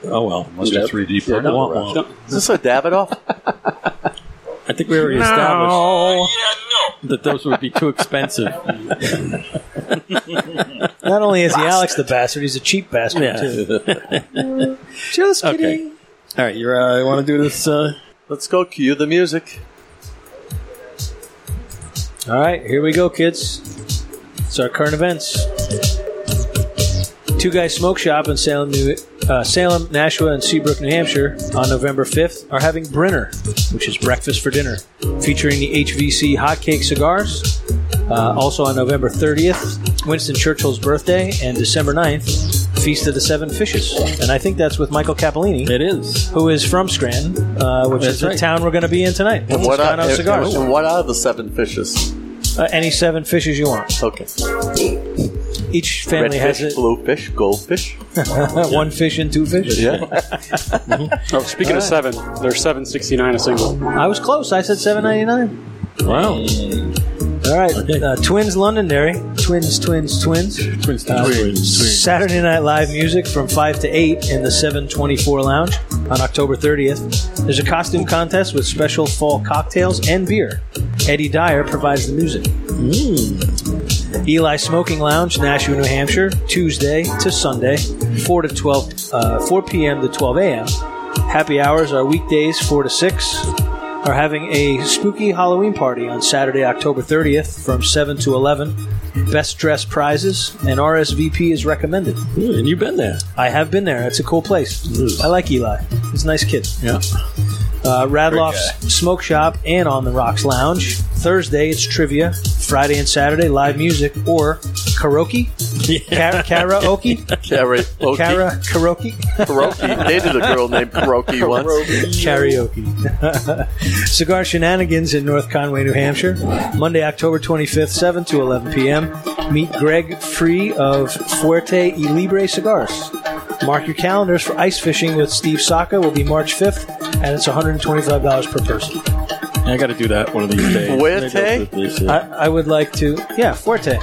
[SPEAKER 1] Oh well,
[SPEAKER 12] must be
[SPEAKER 13] Yep.
[SPEAKER 12] 3D
[SPEAKER 13] Yeah,
[SPEAKER 12] printed.
[SPEAKER 13] don't-
[SPEAKER 12] right?
[SPEAKER 13] don't-
[SPEAKER 2] Is this a Davidoff?
[SPEAKER 1] I think we already established that those would be too expensive.
[SPEAKER 4] Not only is he Alex the bastard, he's a cheap bastard too.
[SPEAKER 1] Yeah.
[SPEAKER 4] Just
[SPEAKER 1] okay. All right, you uh, want to do this? Uh,
[SPEAKER 2] Let's go cue the music.
[SPEAKER 4] All right, here we go, kids. It's our current events. Two Guys Smoke Shop in Salem, New, uh, Salem, Nashua, and Seabrook, New Hampshire, on November 5th, are having Brenner, which is breakfast for dinner, featuring the HVC Hotcake Cigars. Uh, also on November 30th, Winston Churchill's birthday, and December 9th, Feast of the Seven Fishes. And I think that's with Michael Capolini.
[SPEAKER 1] It is.
[SPEAKER 4] Who is from Scranton, uh, which
[SPEAKER 2] That's
[SPEAKER 4] is the
[SPEAKER 2] right.
[SPEAKER 4] town we're going to be in tonight.
[SPEAKER 2] And what, are,
[SPEAKER 4] Scranton House
[SPEAKER 2] and,
[SPEAKER 4] Cigars.
[SPEAKER 2] and what are the seven fishes?
[SPEAKER 4] Uh, any seven fishes you want.
[SPEAKER 2] Okay.
[SPEAKER 4] Each family
[SPEAKER 2] Red
[SPEAKER 4] has
[SPEAKER 2] fish,
[SPEAKER 4] it.
[SPEAKER 2] blue fish, goldfish.
[SPEAKER 4] One fish and two fishes.
[SPEAKER 2] Yeah.
[SPEAKER 13] Oh, speaking
[SPEAKER 4] All
[SPEAKER 13] of seven, they're seven sixty nine a single.
[SPEAKER 4] I was close. I said seven ninety nine.
[SPEAKER 1] Wow.
[SPEAKER 4] All right. Uh, twins Londonderry. Twins, twins, twins.
[SPEAKER 1] Twins,
[SPEAKER 4] Uh,
[SPEAKER 1] twins, twins.
[SPEAKER 4] Saturday Night Live music from 5 to 8 in the 724 Lounge on October 30th. There's a costume contest with special fall cocktails and beer. Eddie Dyer provides the music.
[SPEAKER 1] Mm.
[SPEAKER 4] Eli Smoking Lounge, Nashua, New Hampshire, Tuesday to Sunday, 4 to 12, uh, 4 p.m. to 12 a.m. Happy hours are weekdays 4 to 6. Are having a spooky Halloween party on Saturday, October 30th from 7 to 11. Best dress prizes and RSVP is recommended.
[SPEAKER 1] Ooh, and you've been there.
[SPEAKER 4] I have been there. It's a cool place. I like Eli. He's a nice kid.
[SPEAKER 1] Yeah.
[SPEAKER 4] Uh, Radloff's Smoke Shop and On the Rocks Lounge. Thursday, it's trivia. Friday and Saturday, live music or karaoke. Ka- karaoke?
[SPEAKER 2] Karaoke.
[SPEAKER 4] Kara- karaoke?
[SPEAKER 2] Karaoke. Dated a girl named Karaoke once.
[SPEAKER 4] Karaoke. Cigar Shenanigans in North Conway, New Hampshire. Monday, October 25th, 7 to 11 p.m. Meet Greg Free of Fuerte y Libre Cigars. Mark your calendars for ice fishing with Steve Saka will be March 5th, and it's $125 per person.
[SPEAKER 1] I got to do that one of these days.
[SPEAKER 2] Fuerte?
[SPEAKER 1] Maybe I'll do this, yeah.
[SPEAKER 4] I, I would like to. Yeah, Fuerte.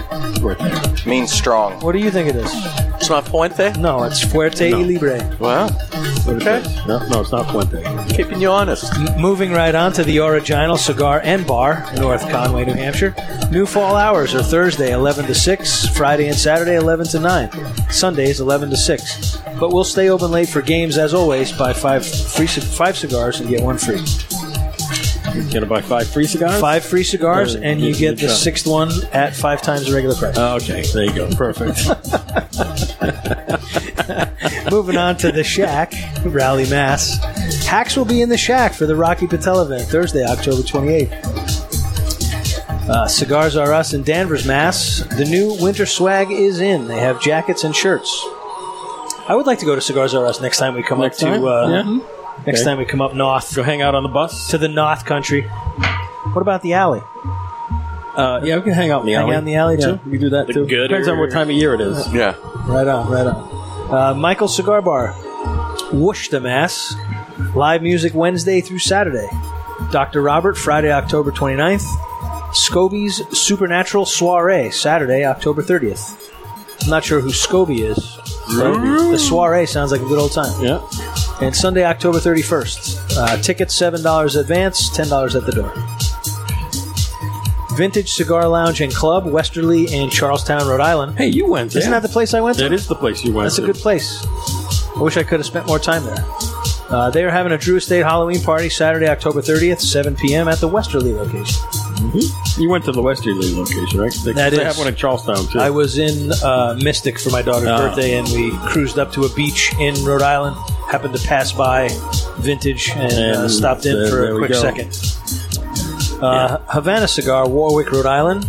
[SPEAKER 9] means strong.
[SPEAKER 4] What do you think it is?
[SPEAKER 2] It's not Puente?
[SPEAKER 4] No, it's Fuerte
[SPEAKER 1] No.
[SPEAKER 4] y Libre.
[SPEAKER 2] Wow.
[SPEAKER 1] What is
[SPEAKER 2] Okay.
[SPEAKER 1] this? No, no, it's not Fuente.
[SPEAKER 2] Keeping you honest.
[SPEAKER 4] M- Moving right on to the Original Cigar and Bar, North Conway, New Hampshire. New fall hours are Thursday, 11 to 6, Friday and Saturday, 11 to 9, Sundays, 11 to 6. But we'll stay open late for games as always. Buy five free c- five cigars and get one free.
[SPEAKER 1] You're gonna buy five free cigars.
[SPEAKER 4] Five free cigars,
[SPEAKER 1] Oh,
[SPEAKER 4] and you
[SPEAKER 1] you-
[SPEAKER 4] get
[SPEAKER 1] you
[SPEAKER 4] the
[SPEAKER 1] try.
[SPEAKER 4] sixth one at five
[SPEAKER 1] Oh,
[SPEAKER 4] times the regular price.
[SPEAKER 1] Okay, there you go. Perfect.
[SPEAKER 4] Moving on to the Shack, Rally Mass. Hacks will be in the Shack for the Rocky Patel event Thursday, October 28th. Uh, Cigars R Us in Danvers, Mass. The new winter swag is in. They have jackets and shirts. I would like to go to Cigars R Us next time we come
[SPEAKER 1] Next
[SPEAKER 4] up to
[SPEAKER 1] time?
[SPEAKER 4] uh,
[SPEAKER 1] Yeah.
[SPEAKER 4] next
[SPEAKER 1] Okay.
[SPEAKER 4] time we come up north.
[SPEAKER 1] Go hang out on the bus
[SPEAKER 4] to the north country. What about the alley?
[SPEAKER 1] Uh, yeah, we can hang out in the
[SPEAKER 4] Hang
[SPEAKER 1] alley.
[SPEAKER 4] out in the alley,
[SPEAKER 1] Yeah,
[SPEAKER 4] too?
[SPEAKER 1] We can do that
[SPEAKER 4] The
[SPEAKER 1] too.
[SPEAKER 4] gooder.
[SPEAKER 1] Depends on what time of year it is.
[SPEAKER 15] Yeah.
[SPEAKER 4] Right on, right on. Uh, Michael Cigar Bar, Worcester, Mass. Live music Wednesday through Saturday. Dr. Robert, Friday, October 29th. Scobie's Supernatural Soiree, Saturday, October 30th. I'm not sure who Scobie is.
[SPEAKER 1] Scobie.
[SPEAKER 4] The soiree sounds like a good old time.
[SPEAKER 1] Yeah.
[SPEAKER 4] And Sunday, October 31st. Uh, tickets $7 advance, $10 at the door. Vintage Cigar Lounge and Club, Westerly and Charlestown, Rhode Island.
[SPEAKER 1] Hey, you went.
[SPEAKER 4] Isn't
[SPEAKER 1] yeah.
[SPEAKER 4] that the place I went to?
[SPEAKER 1] That is the place you went.
[SPEAKER 4] That's a
[SPEAKER 1] to.
[SPEAKER 4] good place. I wish I could have spent more time there. Uh, they are having a Drew Estate Halloween party Saturday, October 30th, 7 p.m. at the Westerly location.
[SPEAKER 1] Mm-hmm. You went to the Westerly location, right? They,
[SPEAKER 4] That
[SPEAKER 1] they
[SPEAKER 4] is-
[SPEAKER 1] have one in Charlestown too.
[SPEAKER 4] I was in uh, Mystic for my daughter's
[SPEAKER 1] Ah.
[SPEAKER 4] birthday, and we cruised up to a beach in Rhode Island. Happened to pass by Vintage and, uh,
[SPEAKER 1] And
[SPEAKER 4] stopped in
[SPEAKER 1] there-
[SPEAKER 4] for
[SPEAKER 1] there
[SPEAKER 4] a
[SPEAKER 1] we
[SPEAKER 4] quick
[SPEAKER 1] go.
[SPEAKER 4] second. Uh, Havana Cigar, Warwick, Rhode Island.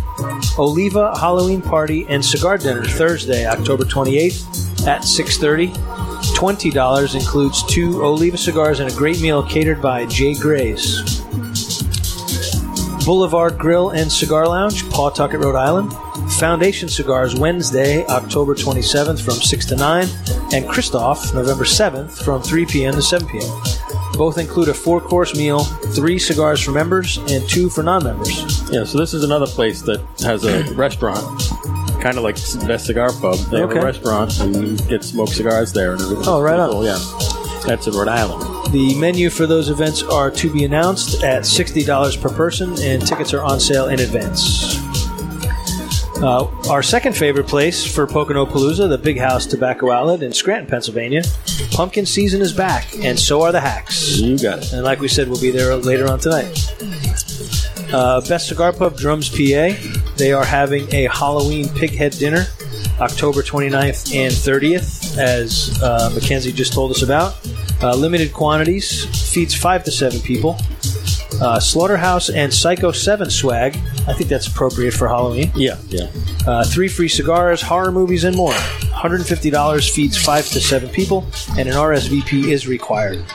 [SPEAKER 4] Oliva Halloween Party and Cigar Dinner Thursday, October 28th at 6:30. Twenty dollars includes two Oliva cigars and a great meal catered by Jay Grays. Boulevard Grill and Cigar Lounge, Pawtucket, Rhode Island. Foundation Cigars Wednesday, October 27th from 6 to 9, and Christoph November 7th from 3 p.m. to 7 p.m. Both include a four-course meal, three cigars for members, and two for non-members.
[SPEAKER 1] Yeah, so this is another place that has a restaurant, kind of like Best Cigar Pub. They have
[SPEAKER 4] Okay.
[SPEAKER 1] a restaurant and you get smoked cigars there and everything.
[SPEAKER 4] Oh, right on.
[SPEAKER 1] Cool, yeah, that's in Rhode Island.
[SPEAKER 4] The menu for those events are to be announced at $60 per person, and tickets are on sale in advance. Uh, our second favorite place for Pocono Palooza, the Big House Tobacco Outlet in Scranton, Pennsylvania. Pumpkin season is back, and so are the hacks.
[SPEAKER 1] You got it.
[SPEAKER 4] And like we said, we'll be there later on tonight. Uh, Best Cigar Pub, Drums, PA. They are having a Halloween pighead dinner October 29th and 30th, as uh, Mackenzie just told us about. Uh, limited quantities, feeds five to seven people. Uh, Slaughterhouse and Psycho 7 swag. I think that's appropriate for Halloween.
[SPEAKER 1] Yeah, yeah.
[SPEAKER 4] Uh, three free cigars, horror movies, and more. $150 feeds five to seven people, and an RSVP is required.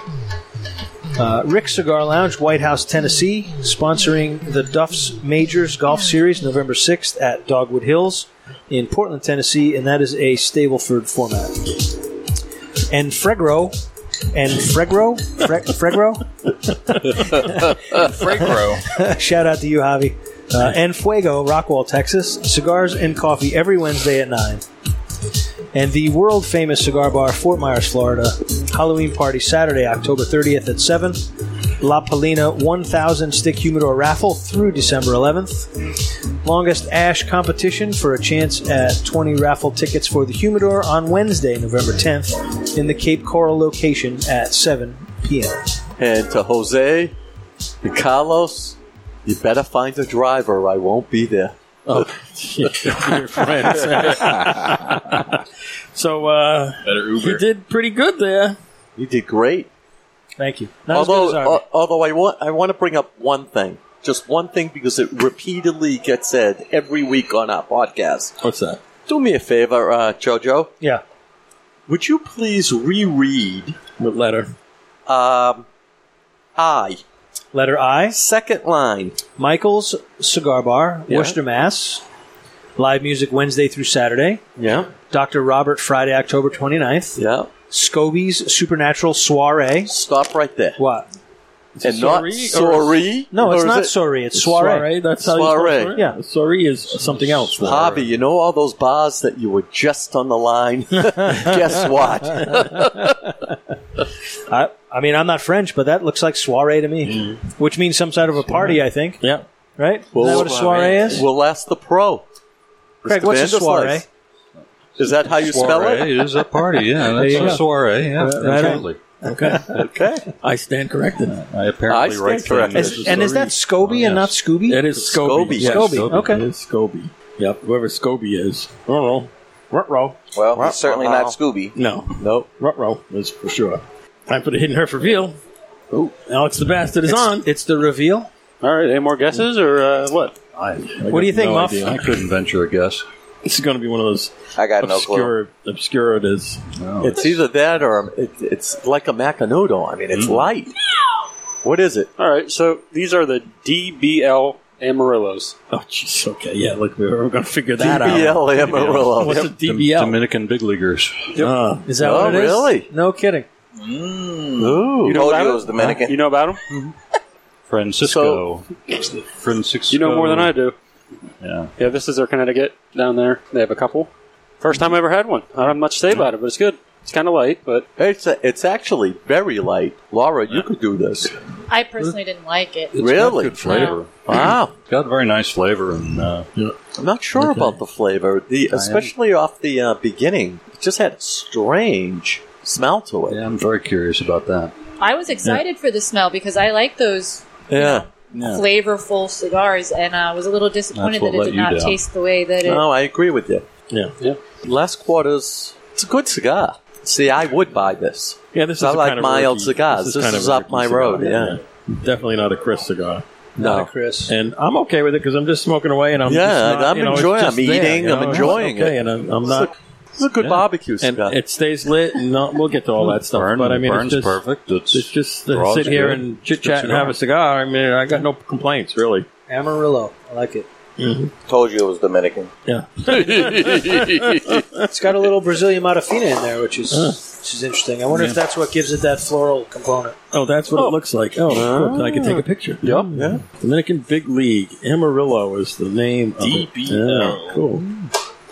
[SPEAKER 4] Uh, Rick Cigar Lounge, White House, Tennessee, sponsoring the Duff's Majors Golf Series November 6th at Dogwood Hills in Portland, Tennessee, and that is a Stableford format. And Fregro. And Fregro? Fre- Fregro? Fregro. Shout out to you, Javi. Uh, and Fuego, Rockwall, Texas. Cigars and coffee every Wednesday at 9 and the world famous cigar bar, Fort Myers, Florida. Halloween party Saturday, October 30th at 7. La Palina 1000 stick humidor raffle through December 11th. Longest ash competition for a chance at 20 raffle tickets for the humidor on Wednesday, November 10th, in the Cape Coral location at 7 p.m.
[SPEAKER 2] And to Jose and Carlos, you better find a driver. I won't be there.
[SPEAKER 1] Oh, your friends. so uh,
[SPEAKER 2] Better Uber.
[SPEAKER 1] You did pretty good there.
[SPEAKER 2] You did great.
[SPEAKER 4] Thank you.
[SPEAKER 2] although, al- although I want, I want to bring up one thing, just one thing, because it repeatedly gets said every week on our podcast.
[SPEAKER 1] What's that?
[SPEAKER 2] Do me a favor, uh, Jojo.
[SPEAKER 4] uh, Yeah.
[SPEAKER 2] Would you please reread
[SPEAKER 1] what letter?
[SPEAKER 2] Um, I.
[SPEAKER 4] Letter I.
[SPEAKER 2] Second line.
[SPEAKER 4] Michael's Cigar Bar,
[SPEAKER 2] Yeah.
[SPEAKER 4] Worcester, Mass. Live music Wednesday through Saturday.
[SPEAKER 2] Yeah.
[SPEAKER 4] Dr. Robert Friday, October 29th.
[SPEAKER 2] Yeah.
[SPEAKER 4] Scobie's Supernatural Soiree.
[SPEAKER 2] Stop right there.
[SPEAKER 4] What?
[SPEAKER 2] And not sorry.
[SPEAKER 4] No, it's
[SPEAKER 2] or is
[SPEAKER 4] not
[SPEAKER 2] it-
[SPEAKER 4] sorry. It's soiree.
[SPEAKER 1] That's how you spell
[SPEAKER 2] Soiree.
[SPEAKER 1] soiree? Yeah, soiree is something else.
[SPEAKER 2] Hobby, you know all those bars that you were just on the line? Guess what?
[SPEAKER 4] I, I mean, I'm not French, but that looks like soiree to me,
[SPEAKER 2] Mm.
[SPEAKER 4] which means some sort of a party, I think.
[SPEAKER 1] Yeah.
[SPEAKER 4] Right? is that what a soiree is?
[SPEAKER 2] We'll ask the pro.
[SPEAKER 4] Craig,
[SPEAKER 2] Mr.
[SPEAKER 4] what's a
[SPEAKER 2] Vanderflies.
[SPEAKER 4] soiree?
[SPEAKER 2] Is that how you spell it?
[SPEAKER 7] Soiree is a party, yeah.
[SPEAKER 2] There
[SPEAKER 7] That's
[SPEAKER 2] you
[SPEAKER 7] a
[SPEAKER 2] go.
[SPEAKER 7] soiree, yeah.
[SPEAKER 2] Uh, right
[SPEAKER 7] absolutely.
[SPEAKER 4] Okay.
[SPEAKER 2] okay.
[SPEAKER 1] I stand corrected.
[SPEAKER 7] I apparently write
[SPEAKER 4] Is- and is that Scobie and not Scooby?
[SPEAKER 1] It is Scobie.
[SPEAKER 4] Scobie.
[SPEAKER 1] yes.
[SPEAKER 4] Scobie. Okay.
[SPEAKER 1] It is Scobie. Yep. Whoever Scobie is. I don't know. Ruh-roh.
[SPEAKER 9] Well, he's certainly not Scooby.
[SPEAKER 1] No. Nope. Ruh-roh is for sure. Time for the Hidden Herf reveal. Ooh. Alex the Bastard is
[SPEAKER 13] It's-
[SPEAKER 1] on. It's the reveal.
[SPEAKER 13] All right, any more guesses or uh, what?
[SPEAKER 12] I,
[SPEAKER 1] What do you think, Muff?
[SPEAKER 12] I couldn't venture a guess.
[SPEAKER 1] This is going to be one of those
[SPEAKER 9] I got no clue.
[SPEAKER 1] obscure, obscure it is.
[SPEAKER 2] It's either that or um, it, it's like a macanudo. I mean,
[SPEAKER 1] Mm.
[SPEAKER 2] it's light. What is it?
[SPEAKER 13] All right, so these are the DBL Amarillos.
[SPEAKER 1] Oh, jeez. Okay, yeah. Look, we were going to figure that out.
[SPEAKER 13] DBL Amarillo.
[SPEAKER 1] What's
[SPEAKER 13] Yep.
[SPEAKER 1] a DBL?
[SPEAKER 12] Dominican big leaguers.
[SPEAKER 1] Ah.
[SPEAKER 14] Is that
[SPEAKER 1] Oh,
[SPEAKER 14] what it is?
[SPEAKER 1] really?
[SPEAKER 14] No kidding.
[SPEAKER 1] Mm.
[SPEAKER 12] Ooh.
[SPEAKER 13] You know about it? You know about them?
[SPEAKER 12] Francisco. Francisco.
[SPEAKER 13] You know more than I do.
[SPEAKER 12] Yeah.
[SPEAKER 13] Yeah, this is their Connecticut down there. They have a couple. First time I ever had one. I don't have much to say about it, but it's good. It's kind of light, but
[SPEAKER 2] it's a, it's actually very light. Laura, you could do this.
[SPEAKER 16] I personally didn't like it.
[SPEAKER 12] It's
[SPEAKER 2] Really?
[SPEAKER 12] Got good flavor.
[SPEAKER 2] Wow.
[SPEAKER 12] It's got very nice flavor. and uh,
[SPEAKER 2] I'm not sure about the flavor, the
[SPEAKER 12] I am.
[SPEAKER 2] especially off the uh, beginning. It just had a strange smell to it.
[SPEAKER 12] Yeah, I'm very curious about that.
[SPEAKER 16] I was excited for the smell because I like those
[SPEAKER 2] Yeah.
[SPEAKER 16] flavorful cigars, and I was a little disappointed
[SPEAKER 2] That's what
[SPEAKER 16] that it
[SPEAKER 2] let
[SPEAKER 16] did
[SPEAKER 2] you
[SPEAKER 16] not
[SPEAKER 2] down.
[SPEAKER 16] taste the way that it.
[SPEAKER 2] No, I agree with you.
[SPEAKER 1] Yeah.
[SPEAKER 13] Yeah.
[SPEAKER 2] Last quarters, it's a good cigar. See, I would buy this.
[SPEAKER 1] Yeah, this is
[SPEAKER 2] I
[SPEAKER 1] a
[SPEAKER 2] like
[SPEAKER 1] kind of
[SPEAKER 2] mild
[SPEAKER 1] rookie-
[SPEAKER 2] cigars. This is,
[SPEAKER 1] kind of a
[SPEAKER 2] up
[SPEAKER 1] rookie
[SPEAKER 2] my
[SPEAKER 1] cigar,
[SPEAKER 2] road. Yeah.
[SPEAKER 1] Definitely not a Chris cigar.
[SPEAKER 2] No. Not a
[SPEAKER 1] Chris. And I'm okay with it because I'm just smoking away and I'm
[SPEAKER 2] Yeah,
[SPEAKER 1] just not,
[SPEAKER 2] I'm
[SPEAKER 1] you know, it's
[SPEAKER 2] enjoying-
[SPEAKER 1] just
[SPEAKER 2] I'm
[SPEAKER 1] there,
[SPEAKER 2] eating,
[SPEAKER 1] you know,
[SPEAKER 2] I'm
[SPEAKER 1] it's
[SPEAKER 2] enjoying
[SPEAKER 1] okay,
[SPEAKER 2] it.
[SPEAKER 1] And I'm, I'm
[SPEAKER 2] It's
[SPEAKER 1] not.
[SPEAKER 2] a- it's a good barbecue
[SPEAKER 1] and
[SPEAKER 2] cigar.
[SPEAKER 1] it stays lit, and uh, we'll get to all that stuff.
[SPEAKER 12] Burn-
[SPEAKER 1] but I mean,
[SPEAKER 12] burns
[SPEAKER 1] it's just
[SPEAKER 12] perfect. It's,
[SPEAKER 1] just to
[SPEAKER 12] draws
[SPEAKER 1] sit here
[SPEAKER 12] good.
[SPEAKER 1] and
[SPEAKER 12] It's good
[SPEAKER 1] chit chat and
[SPEAKER 12] cigar.
[SPEAKER 1] have a cigar. I mean, I got no complaints really.
[SPEAKER 14] Amarillo. I like it.
[SPEAKER 1] Mm-hmm.
[SPEAKER 9] Told you it was Dominican.
[SPEAKER 1] Yeah.
[SPEAKER 14] it's got a little Brazilian Matafina in there, which is which is interesting. I wonder
[SPEAKER 1] Yeah.
[SPEAKER 14] if that's what gives it that floral component.
[SPEAKER 1] Oh, that's what it looks like. Oh, good. I can take a picture. Yep. Yeah. Dominican Big League Amarillo is the name. of it.
[SPEAKER 14] DBL.
[SPEAKER 1] Yeah, cool.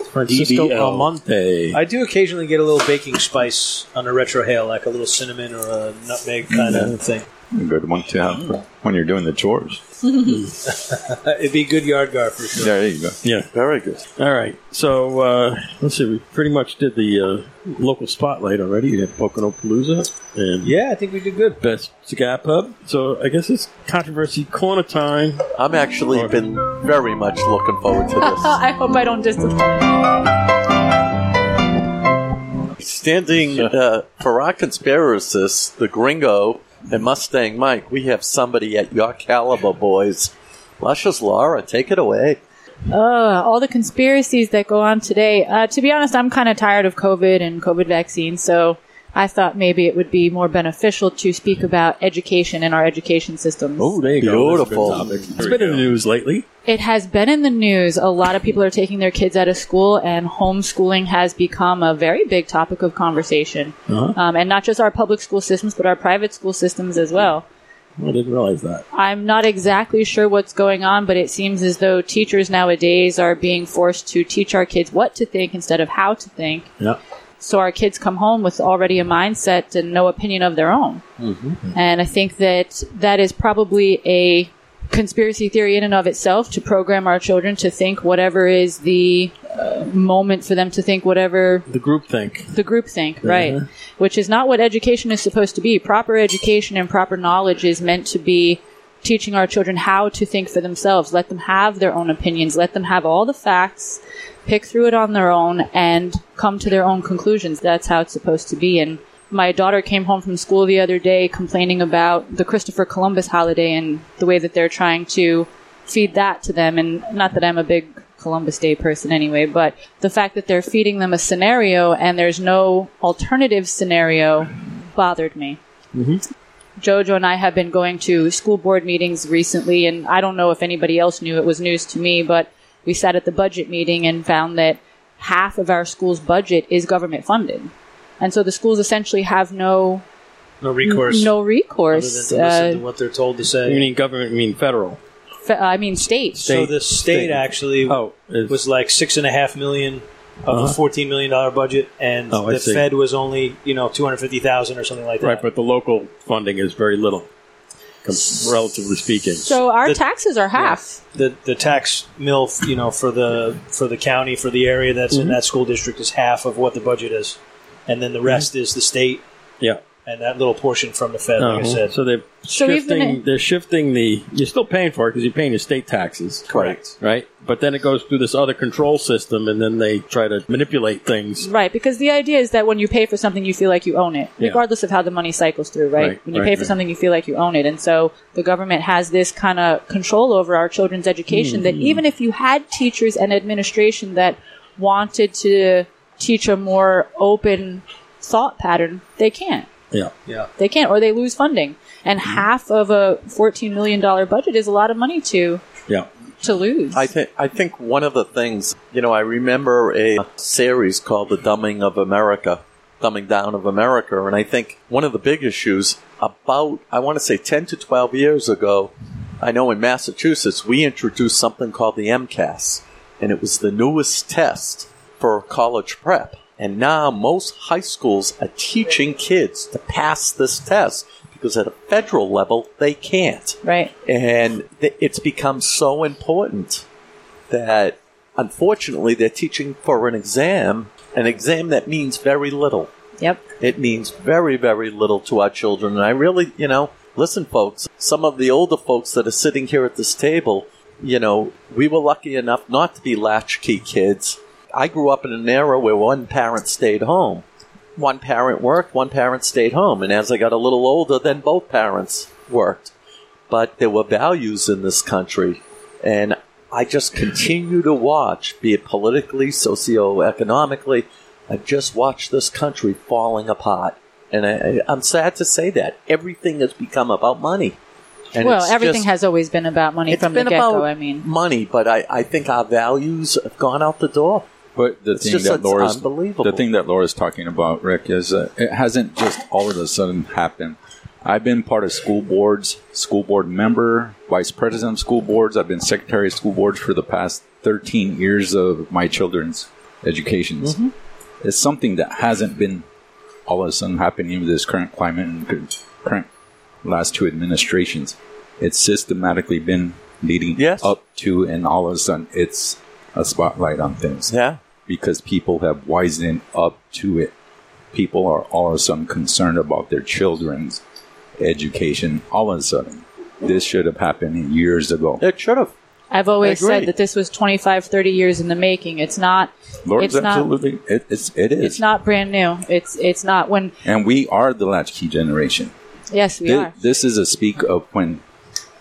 [SPEAKER 1] Francisco
[SPEAKER 14] DBL.
[SPEAKER 1] Almonte.
[SPEAKER 14] I do occasionally get a little baking spice on a retro hail, like a little cinnamon or a nutmeg kind of thing.
[SPEAKER 17] A good one to have for when you're doing the chores.
[SPEAKER 14] It'd be good yard gar for sure.
[SPEAKER 17] There you go.
[SPEAKER 1] Mm-hmm. Yeah.
[SPEAKER 2] Very good.
[SPEAKER 1] All right. So uh, let's see. We pretty much did the uh, local spotlight already. You had Pocono Palooza and
[SPEAKER 14] yeah, I think we did good.
[SPEAKER 1] Best cigar pub. So I guess it's controversy corner time.
[SPEAKER 2] I'm actually been very much looking forward to this.
[SPEAKER 16] I hope I don't
[SPEAKER 2] Standing uh, for our conspiracists, the Gringo and Mustang Mike, we have somebody at your caliber, boys. Luscious Laura, take it away.
[SPEAKER 16] Uh, all the conspiracies that go on today. Uh, to be honest, I'm kind of tired of COVID and COVID vaccines, so I thought maybe it would be more beneficial to speak about education and our education systems.
[SPEAKER 1] Oh, there you
[SPEAKER 2] Beautiful.
[SPEAKER 1] go. Beautiful. It's been in the news lately.
[SPEAKER 16] It has been in the news. A lot of people are taking their kids out of school, and homeschooling has become a very big topic of conversation.
[SPEAKER 1] Uh-huh.
[SPEAKER 16] Um, and not just our public school systems, but our private school systems as well.
[SPEAKER 1] I didn't realize that.
[SPEAKER 16] I'm not exactly sure what's going on, but it seems as though teachers nowadays are being forced to teach our kids what to think instead of how to think.
[SPEAKER 1] Yeah.
[SPEAKER 16] So our kids come home with already a mindset and no opinion of their own.
[SPEAKER 3] Hmm.
[SPEAKER 16] And I think that that is probably a conspiracy theory in and of itself to program our children to think whatever is the uh, moment for them to think whatever
[SPEAKER 1] The group think.
[SPEAKER 16] the group think, right?
[SPEAKER 1] Mhm.
[SPEAKER 16] Which is not what education is supposed to be. Proper education and proper knowledge is meant to be teaching our children how to think for themselves. Let them have their own opinions. Let them have all the facts, pick through it on their own, and come to their own conclusions. That's how it's supposed to be. And my daughter came home from school the other day complaining about the Christopher Columbus holiday and the way that they're trying to feed that to them. And not that I'm a big Columbus Day person anyway, but the fact that they're feeding them a scenario and there's no alternative scenario bothered me.
[SPEAKER 1] Mm-hmm.
[SPEAKER 16] Jojo and I have been going to school board meetings recently, and I don't know if anybody else knew it was news to me, but we sat at the budget meeting and found that half of our school's budget is government funded. And so the schools essentially have no
[SPEAKER 14] No recourse.
[SPEAKER 16] No
[SPEAKER 14] Other
[SPEAKER 16] recourse.
[SPEAKER 14] than to listen
[SPEAKER 16] Uh,
[SPEAKER 14] to what they're told to say.
[SPEAKER 1] You mean government? You mean federal?
[SPEAKER 16] fe- I mean, state.
[SPEAKER 14] So the state, actually was like six and a half million of
[SPEAKER 1] Oh, Uh-huh.
[SPEAKER 14] a fourteen million dollar budget, and
[SPEAKER 1] Oh, I
[SPEAKER 14] the
[SPEAKER 1] see.
[SPEAKER 14] Fed was only you know two hundred fifty thousand or something like that.
[SPEAKER 1] Right, but the local funding is very little, com- relatively speaking.
[SPEAKER 16] So our taxes are half.
[SPEAKER 14] The the tax mill, you know, for the for the county for the area that's in
[SPEAKER 1] Mhm. Mm-hmm.
[SPEAKER 14] that school district is half of what the budget is, and then the rest is the state.
[SPEAKER 1] Yeah.
[SPEAKER 14] and that little portion from the Fed, like I
[SPEAKER 1] Uh-huh.
[SPEAKER 14] said.
[SPEAKER 1] So they're
[SPEAKER 16] So we've been
[SPEAKER 1] shifting.
[SPEAKER 16] a-
[SPEAKER 1] they're shifting the. You're still paying for it because you're paying your state taxes.
[SPEAKER 14] Correct.
[SPEAKER 1] Right. But then it goes through this other control system, and then they try to manipulate things.
[SPEAKER 16] Right, because the idea is that when you pay for something, you feel like you own it,
[SPEAKER 1] Yeah.
[SPEAKER 16] regardless of how the money cycles through, right?
[SPEAKER 1] Right,
[SPEAKER 16] when you
[SPEAKER 1] right,
[SPEAKER 16] pay for
[SPEAKER 1] right.
[SPEAKER 16] something, you feel like you own it. And so the government has this kind of control over our children's education that
[SPEAKER 2] Mm-hmm.
[SPEAKER 18] Mhm.
[SPEAKER 16] even if you had teachers and administration that wanted to teach a more open thought pattern, they can't.
[SPEAKER 1] Yeah.
[SPEAKER 14] Yeah.
[SPEAKER 16] They can't, or they lose funding. And
[SPEAKER 2] Mm-hmm.
[SPEAKER 16] half of a $14 million budget is a lot of money to,
[SPEAKER 1] Yeah.
[SPEAKER 16] to lose.
[SPEAKER 2] I think I think one of the things you know I remember a series called The Dumbing of America, Dumbing Down of America, and I think one of the big issues about I want to say ten to twelve years ago, I know in Massachusetts we introduced something called the MCAS, and it was the newest test for college prep. And now most high schools are teaching kids to pass this test because at a federal level they can't.
[SPEAKER 16] Right.
[SPEAKER 2] And th- it's become so important that unfortunately they're teaching for an exam, an exam that means very little.
[SPEAKER 16] Yep.
[SPEAKER 2] It means very, very little to our children. And I really, you know, listen, folks, some of the older folks that are sitting here at this table, you know, we were lucky enough not to be latchkey kids. I grew up in an era where one parent stayed home. One parent worked, one parent stayed home. And as I got a little older, then both parents worked but there were values in this country. And I just continue to watch, be it politically, socioeconomically, I just watch this country falling apart. And I, I'm sad to say that. Everything has become about money. And
[SPEAKER 16] well,
[SPEAKER 2] it's
[SPEAKER 16] everything
[SPEAKER 2] just-
[SPEAKER 16] has always been about money
[SPEAKER 2] it's
[SPEAKER 16] from the
[SPEAKER 2] been
[SPEAKER 16] get go.
[SPEAKER 2] about
[SPEAKER 16] I mean,
[SPEAKER 2] money, but I, I think our values have gone out the door.
[SPEAKER 3] But the
[SPEAKER 2] It's
[SPEAKER 3] thing
[SPEAKER 2] just-
[SPEAKER 3] that
[SPEAKER 2] it's
[SPEAKER 3] Laura's
[SPEAKER 2] unbelievable.
[SPEAKER 3] the thing that Laura's talking about, Rick, is uh, it hasn't just all of a sudden happened. I've been part of school boards, school board member, vice president of school boards. I've been secretary of school boards for the past 13 years of my children's educations.
[SPEAKER 2] Mm-hmm.
[SPEAKER 3] It's something that hasn't been all of a sudden happening with this current climate and cur- current last two administrations. It's systematically been leading up to, and all of a sudden it's a spotlight on things.
[SPEAKER 2] Yeah.
[SPEAKER 3] Because people have wisened up to it. People are all of a sudden concerned about their children's education all of a sudden. This should have happened years ago.
[SPEAKER 2] It should have.
[SPEAKER 16] I've always
[SPEAKER 3] I agree.
[SPEAKER 16] said that this was 25, 30 years in the making. It's not.
[SPEAKER 3] Lord's
[SPEAKER 16] it's not.
[SPEAKER 3] absolutely, it, it's, it is.
[SPEAKER 16] It's not brand new. It's it's not when.
[SPEAKER 3] and we are the latchkey generation.
[SPEAKER 16] Yes, we
[SPEAKER 3] Thi-
[SPEAKER 16] are.
[SPEAKER 3] This is a speak of when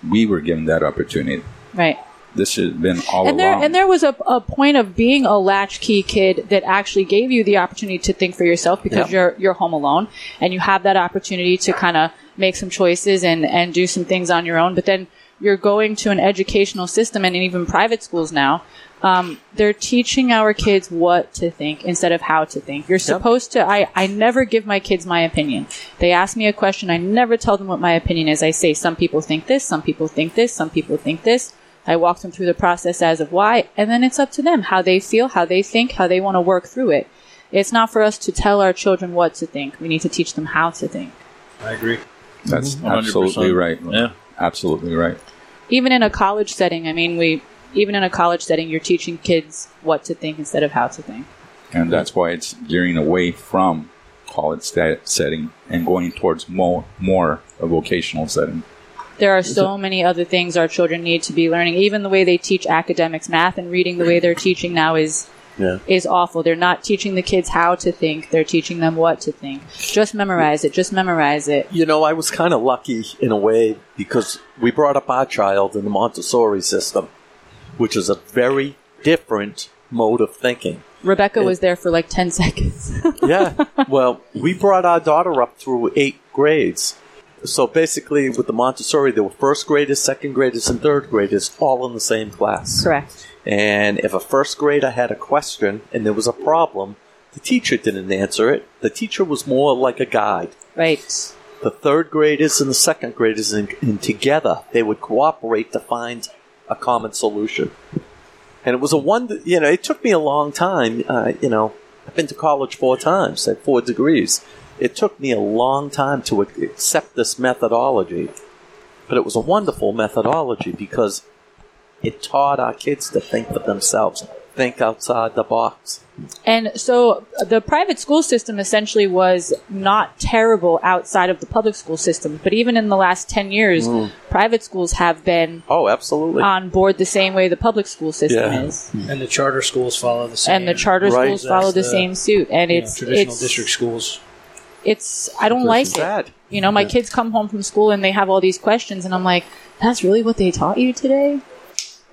[SPEAKER 3] we were given that opportunity.
[SPEAKER 16] Right.
[SPEAKER 3] This should have been all
[SPEAKER 16] and there
[SPEAKER 3] along.
[SPEAKER 16] and there was a, a point of being a latchkey kid that actually gave you the opportunity to think for yourself because
[SPEAKER 18] Yeah.
[SPEAKER 16] you're you're home alone and you have that opportunity to kind of make some choices and and do some things on your own but then you're going to an educational system and even private schools now um, they're teaching our kids what to think instead of how to think you're supposed to I, I never give my kids my opinion they ask me a question i never tell them what my opinion is i say some people think this some people think this some people think this I walk them through the process as of why, and then it's up to them how they feel, how they think, how they want to work through it. It's not for us to tell our children what to think. We need to teach them how to think.
[SPEAKER 14] I agree.
[SPEAKER 3] That's
[SPEAKER 1] Mm-hmm.
[SPEAKER 10] Mhm.
[SPEAKER 3] absolutely
[SPEAKER 10] 100%.
[SPEAKER 3] right. Yeah. Absolutely right.
[SPEAKER 16] Even in a college setting, I mean, we even in a college setting, you're teaching kids what to think instead of how to think.
[SPEAKER 3] And that's why it's gearing away from college sta setting and going towards more, more a vocational setting.
[SPEAKER 16] There are so many other things our children need to be learning. Even the way they teach academics, math, and reading, the way they're teaching now is
[SPEAKER 2] Yeah.
[SPEAKER 16] is awful. They're not teaching the kids how to think. They're teaching them what to think. Just memorize it. Just memorize it.
[SPEAKER 2] You know, I was kind of lucky in a way because we brought up our child in the Montessori system, which is a very different mode of thinking.
[SPEAKER 16] Rebecca was there for like 10 seconds.
[SPEAKER 2] yeah. Well, we brought our daughter up through eight grades. So basically, with the Montessori, there were first graders, second graders, and third graders all in the same class.
[SPEAKER 16] Correct.
[SPEAKER 2] And if a first grader had a question and there was a problem, the teacher didn't answer it. The teacher was more like a guide.
[SPEAKER 16] Right.
[SPEAKER 2] The third graders and the second graders, and, and together, they would cooperate to find a common solution. And it was a one, you know, it took me a long time. Uh, you know, I've been to college four times, had four degrees. It took me a long time to ac- accept this methodology, but it was a wonderful methodology because it taught our kids to think for themselves, think outside the box.
[SPEAKER 16] And so the private school system essentially was not terrible outside of the public school system, but even in the last 10 years,
[SPEAKER 2] Mm.
[SPEAKER 16] private schools have been
[SPEAKER 2] Oh, absolutely.
[SPEAKER 16] on board the same way the public school system is.
[SPEAKER 4] And the charter schools follow the same.
[SPEAKER 16] And the charter schools follow the, same suit, and
[SPEAKER 4] you know,
[SPEAKER 16] it's
[SPEAKER 4] traditional
[SPEAKER 16] it's
[SPEAKER 4] district schools.
[SPEAKER 16] it's I don't like it. You know, my kids come home from school and they have all these questions, and I'm like, that's really what they taught you today.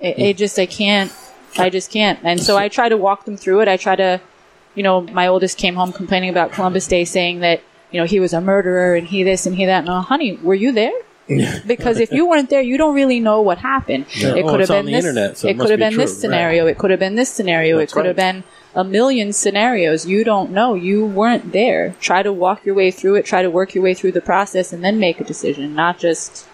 [SPEAKER 16] It,
[SPEAKER 4] Mm.
[SPEAKER 16] it just I can't, I just can't, and so I try to walk them through it. I try to, you know, my oldest came home complaining about Columbus Day, saying that you know he was a murderer and he this and he that. No, honey, were you there? because if you weren't there, you don't really know what happened.
[SPEAKER 1] Yeah.
[SPEAKER 16] It
[SPEAKER 1] Oh,
[SPEAKER 16] could have
[SPEAKER 1] it's
[SPEAKER 16] been
[SPEAKER 1] on the
[SPEAKER 16] this.
[SPEAKER 1] internet, so it
[SPEAKER 16] it could
[SPEAKER 1] must
[SPEAKER 16] have
[SPEAKER 1] be
[SPEAKER 16] been
[SPEAKER 1] true,
[SPEAKER 16] this
[SPEAKER 1] right.
[SPEAKER 16] scenario. It could have been this scenario.
[SPEAKER 1] That's
[SPEAKER 16] it could have
[SPEAKER 1] right.
[SPEAKER 16] been a million scenarios. You don't know. You weren't there. Try to walk your way through it. Try to work your way through the process, and then make a decision, not just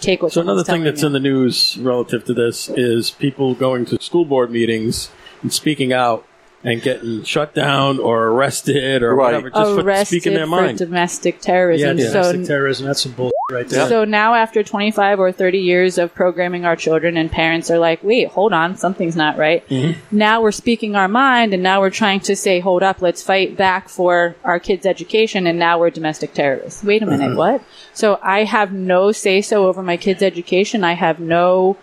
[SPEAKER 16] take what.
[SPEAKER 1] So another
[SPEAKER 16] someone's
[SPEAKER 1] thing
[SPEAKER 16] telling
[SPEAKER 1] that's in the news relative to this is people going to school board meetings and speaking out and getting shut down or arrested or whatever just for
[SPEAKER 16] arrested
[SPEAKER 1] speaking their
[SPEAKER 16] for
[SPEAKER 1] mind.
[SPEAKER 16] domestic terrorism.
[SPEAKER 1] Yeah,
[SPEAKER 16] so
[SPEAKER 1] domestic
[SPEAKER 4] terrorism. That's some bull right
[SPEAKER 1] there.
[SPEAKER 16] So now, after 25 or 30 years of programming our children, and parents are like, wait, hold on, something's not right. Now we're speaking our mind, and now we're trying to say, hold up, let's fight back for our kids' education, and now we're domestic terrorists. Wait a minute,
[SPEAKER 4] Mm-hmm.
[SPEAKER 18] Mhm.
[SPEAKER 16] what? So I have no say so over my kids' education. I have no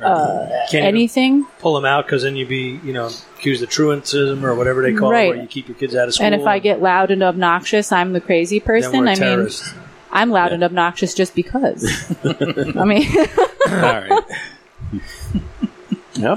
[SPEAKER 16] uh,
[SPEAKER 4] Can't even-
[SPEAKER 16] anything.
[SPEAKER 4] Pull them out because then you'd be, you know, accused of truantism or whatever they call it,
[SPEAKER 16] Right.
[SPEAKER 4] where you keep your kids out of school.
[SPEAKER 16] And if I get loud and obnoxious, I'm the crazy person.
[SPEAKER 4] we're
[SPEAKER 16] I mean,
[SPEAKER 4] terrorists.
[SPEAKER 16] I'm loud and obnoxious just because. I mean,
[SPEAKER 1] All right.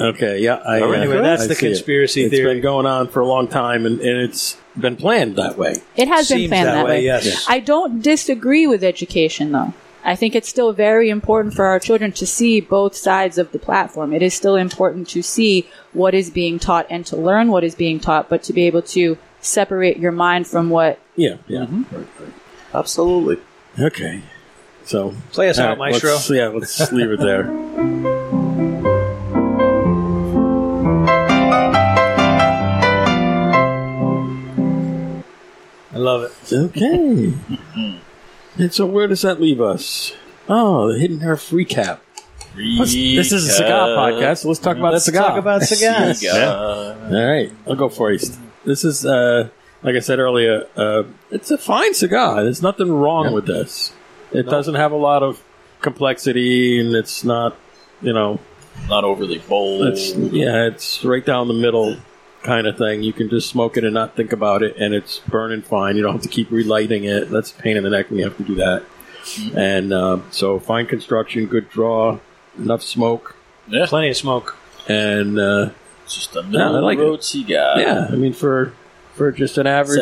[SPEAKER 1] Okay. Yeah. I,
[SPEAKER 4] All right. Anyway,
[SPEAKER 1] I-
[SPEAKER 4] that's
[SPEAKER 1] I
[SPEAKER 4] the
[SPEAKER 1] see it.
[SPEAKER 4] conspiracy
[SPEAKER 1] It's
[SPEAKER 4] theory.
[SPEAKER 1] been going on for a long time, and, and it's been planned that way.
[SPEAKER 16] It has been planned that, way.
[SPEAKER 1] yes.
[SPEAKER 16] I don't disagree with education, though. I think it's still very important for our children to see both sides of the platform. It is still important to see what is being taught and to learn what is being taught, but to be able to separate your mind from what.
[SPEAKER 1] Yeah. Yeah.
[SPEAKER 4] Mm-hmm.
[SPEAKER 2] Absolutely.
[SPEAKER 1] Okay. So
[SPEAKER 4] Play us
[SPEAKER 1] all
[SPEAKER 4] out, Maestro.
[SPEAKER 1] let's- yeah. Let's leave it there.
[SPEAKER 4] I love it.
[SPEAKER 1] Okay. and so, where does that leave us? Oh, the Hidden Earth recap. Let's- this is a cigar
[SPEAKER 4] Recap.
[SPEAKER 1] podcast, so let's talk about
[SPEAKER 4] Let's
[SPEAKER 1] cigar.
[SPEAKER 4] talk about cigars. Cigar.
[SPEAKER 1] Yeah. All right, I'll go first. This is, uh, like I said earlier, uh, it's a fine cigar. There's nothing wrong with this. It doesn't have a lot of complexity, and it's not, you know,
[SPEAKER 10] Not overly bold.
[SPEAKER 1] it's yeah, it's right down the middle kind of thing. You can just smoke it and not think about it, and it's burning fine. You don't have to keep relighting it. That's a pain in the neck when you have to do that.
[SPEAKER 10] Mm-hmm.
[SPEAKER 1] And um so, fine construction, good draw, enough smoke,
[SPEAKER 4] Plenty of smoke.
[SPEAKER 1] and uh,
[SPEAKER 10] just a
[SPEAKER 1] yeah, I like it.
[SPEAKER 10] middle-of-the-road cigar.
[SPEAKER 1] Yeah, I mean for for just an average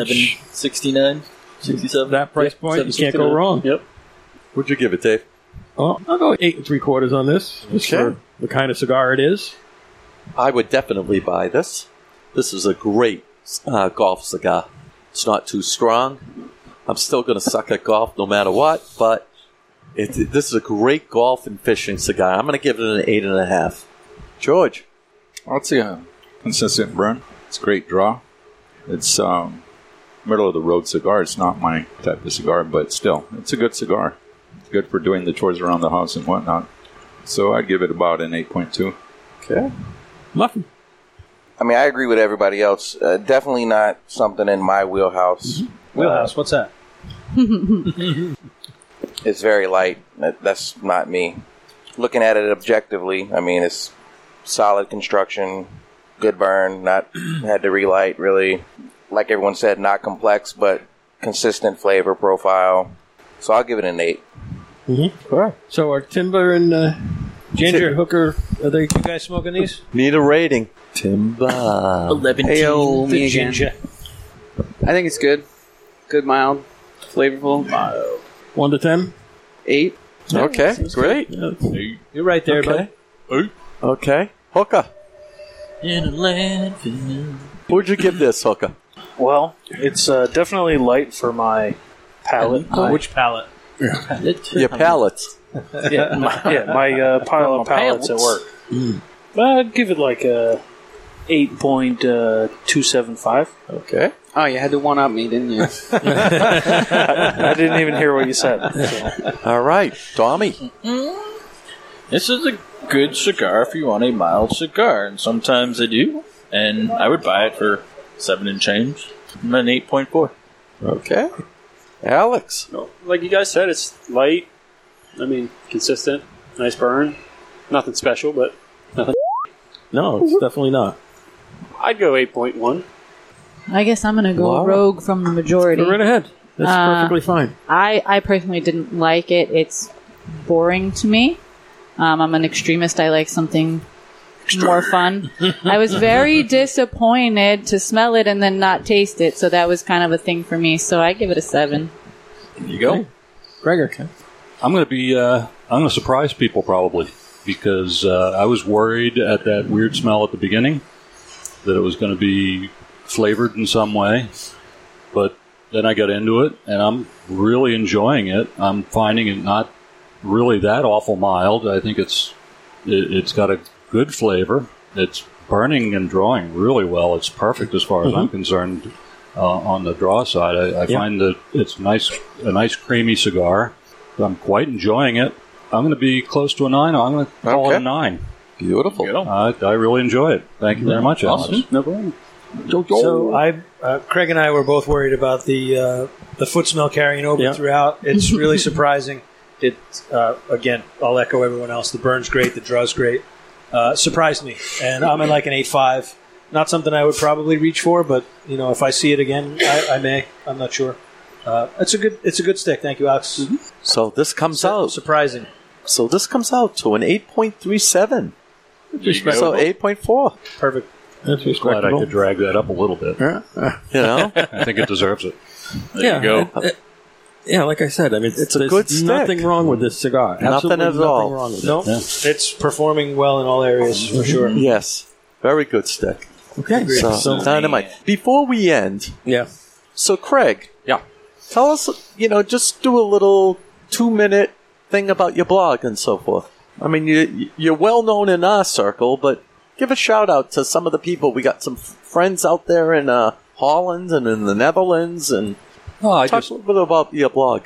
[SPEAKER 10] 769 67
[SPEAKER 1] that price point, you can't go wrong.
[SPEAKER 10] Yep.
[SPEAKER 1] Would you give it, Dave? Oh, I'll go eight and three quarters on this. Just
[SPEAKER 2] Okay.
[SPEAKER 1] for the kind of cigar it is.
[SPEAKER 2] I would definitely buy this. This is a great uh, golf cigar. It's not too strong. I'm still going to suck at golf no matter what, but it, this is a great golf and fishing cigar. I'm going to give it an eight and a half. George,
[SPEAKER 3] It's a consistent burn. It's a great draw. It's um, middle of the road cigar. It's not my type of cigar, but still, it's a good cigar. It's good for doing the chores around the house and whatnot. So I'd give it about an 8.2.
[SPEAKER 9] Okay.
[SPEAKER 1] Muffin.
[SPEAKER 9] I mean, I agree with everybody else. Uh, definitely not something in my wheelhouse.
[SPEAKER 4] Wheelhouse, what's that?
[SPEAKER 1] Mm-hmm.
[SPEAKER 9] It's very light. That, that's not me. Looking at it objectively, I mean, it's solid construction, good burn, not had to relight really. Like everyone said, not complex, but consistent flavor profile. So I'll give it an 8.
[SPEAKER 1] Mm-hmm. So our timber and uh, ginger hooker are they?
[SPEAKER 4] You guys smoking these?
[SPEAKER 2] need a rating. Timba.
[SPEAKER 4] Eleven
[SPEAKER 2] Hey,
[SPEAKER 4] teeth.
[SPEAKER 2] oh,
[SPEAKER 4] The
[SPEAKER 2] me again.
[SPEAKER 4] ginger.
[SPEAKER 18] I think it's good. Good, mild, flavorful. Uh,
[SPEAKER 1] One to ten.
[SPEAKER 18] Eight.
[SPEAKER 2] Okay, great.
[SPEAKER 4] You're right there,
[SPEAKER 2] okay. bud. Okay. Hooker.
[SPEAKER 10] In a landfill.
[SPEAKER 2] What'd you give this, Hooker?
[SPEAKER 19] Well, it's uh, definitely light for my palate.
[SPEAKER 4] Which palate?
[SPEAKER 2] Your palate.
[SPEAKER 19] yeah, my, yeah, my uh, pile of pallets at work.
[SPEAKER 4] Mm.
[SPEAKER 19] But
[SPEAKER 4] Uh,
[SPEAKER 19] I'd give it like a eight point two seven five.
[SPEAKER 2] Okay.
[SPEAKER 18] Oh, you had to one up me, didn't you?
[SPEAKER 19] I, I didn't even hear what you said. so.
[SPEAKER 2] All right, Tommy.
[SPEAKER 10] Mm-hmm. This is a good cigar if you want a mild cigar, and sometimes I do. and I would buy it for seven and change. I'm at an eight point four.
[SPEAKER 2] Okay, Alex.
[SPEAKER 13] Like you guys said, it's light. I mean, consistent, nice burn. Nothing special, but nothing.
[SPEAKER 1] No, it's definitely not.
[SPEAKER 13] I'd go eight point one.
[SPEAKER 16] I guess I'm going to go
[SPEAKER 13] Laura?
[SPEAKER 16] rogue from the majority. Uh,
[SPEAKER 13] Go right ahead.
[SPEAKER 1] That's perfectly fine.
[SPEAKER 16] I, I personally didn't like it. It's boring to me. Um, I'm an extremist. I like something more fun. I was very disappointed to smell it and then not taste it. So that was kind of a thing for me. So I give it a seven.
[SPEAKER 10] There you go.
[SPEAKER 1] Gregor.
[SPEAKER 12] I'm going to be. Uh, I'm going to surprise people probably because uh, I was worried at that weird smell at the beginning that it was going to be flavored in some way, but then I got into it and I'm really enjoying it. I'm finding it not really that awful mild. I think it's it, it's got a good flavor. It's burning and drawing really well. It's perfect as far as I'm
[SPEAKER 3] Mhm.
[SPEAKER 12] concerned uh, on the draw side. I, I
[SPEAKER 3] Yeah.
[SPEAKER 12] find that it's nice, a nice creamy cigar. I'm quite enjoying it. I'm going to be close to a nine. I'm going to call it a nine.
[SPEAKER 2] Beautiful.
[SPEAKER 12] I, I really enjoy it. Thank you very
[SPEAKER 4] Mm-hmm.
[SPEAKER 12] much, Alex.
[SPEAKER 10] Awesome.
[SPEAKER 12] No problem.
[SPEAKER 14] So I, uh, Craig and I were both worried about the uh, the foot smell carrying over
[SPEAKER 12] Yeah.
[SPEAKER 14] throughout. It's really surprising. It uh, again, I'll echo everyone else. The burn's great. The draw's great. Uh, surprised me, and I'm at like an eight five. Not something I would probably reach for, but you know, if I see it again, I, I may. I'm not sure. Uh, it's a good. It's a good stick. Thank you, Alex.
[SPEAKER 2] Mm-hmm. So this comes out
[SPEAKER 14] surprising.
[SPEAKER 2] So this comes out to an eight point three seven. So eight point four.
[SPEAKER 14] Perfect.
[SPEAKER 1] That's
[SPEAKER 12] glad I could drag that up a little bit.
[SPEAKER 2] You know?
[SPEAKER 12] I think it deserves it.
[SPEAKER 1] yeah, Uh, it- it- yeah, like I said, I mean,
[SPEAKER 14] It's
[SPEAKER 1] it's
[SPEAKER 14] a
[SPEAKER 1] there's
[SPEAKER 14] good stick.
[SPEAKER 1] Nothing wrong with this cigar.
[SPEAKER 14] Nothing
[SPEAKER 1] Absolutely
[SPEAKER 14] at
[SPEAKER 1] nothing
[SPEAKER 14] all.
[SPEAKER 1] Wrong with
[SPEAKER 14] Nope.
[SPEAKER 1] it.
[SPEAKER 14] It's performing well in all areas for sure.
[SPEAKER 2] Yes. Very good stick.
[SPEAKER 1] Okay.
[SPEAKER 2] So,
[SPEAKER 1] So-
[SPEAKER 2] dynamite. Before we end.
[SPEAKER 1] Yeah.
[SPEAKER 2] So Craig.
[SPEAKER 10] Yeah.
[SPEAKER 2] Tell us you know, just do a little two minute thing about your blog and so forth. I mean you you're well known in our circle, but give a shout out to some of the people. We got some f- friends out there in uh, Holland and in the Netherlands and
[SPEAKER 12] Oh, I
[SPEAKER 2] talk
[SPEAKER 12] just-
[SPEAKER 2] a little bit about your blog.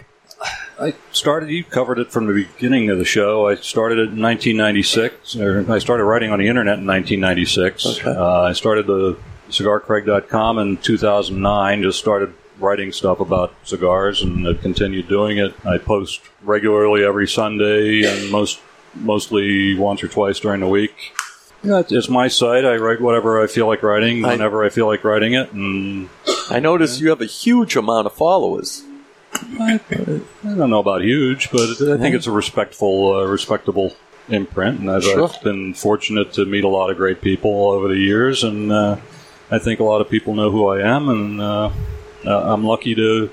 [SPEAKER 12] I started. You covered it from the beginning of the show. I started it in 1996. Or I started writing on the internet in 1996. Uh, I started the cigarcraig.com in 2009. Just started writing stuff about cigars and have continued doing it. I post regularly every Sunday and most mostly once or twice during the week. Yeah, it's- it's my site. I write whatever I feel like writing whenever I, feel like writing it. And
[SPEAKER 2] I notice you have a huge amount of followers.
[SPEAKER 12] I, I don't know about huge, but I think it's a respectful, uh, respectable imprint, and I've,
[SPEAKER 2] Sure.
[SPEAKER 12] I've been fortunate to meet a lot of great people over the years, and uh, I think a lot of people know who I am, and uh, uh, I'm lucky to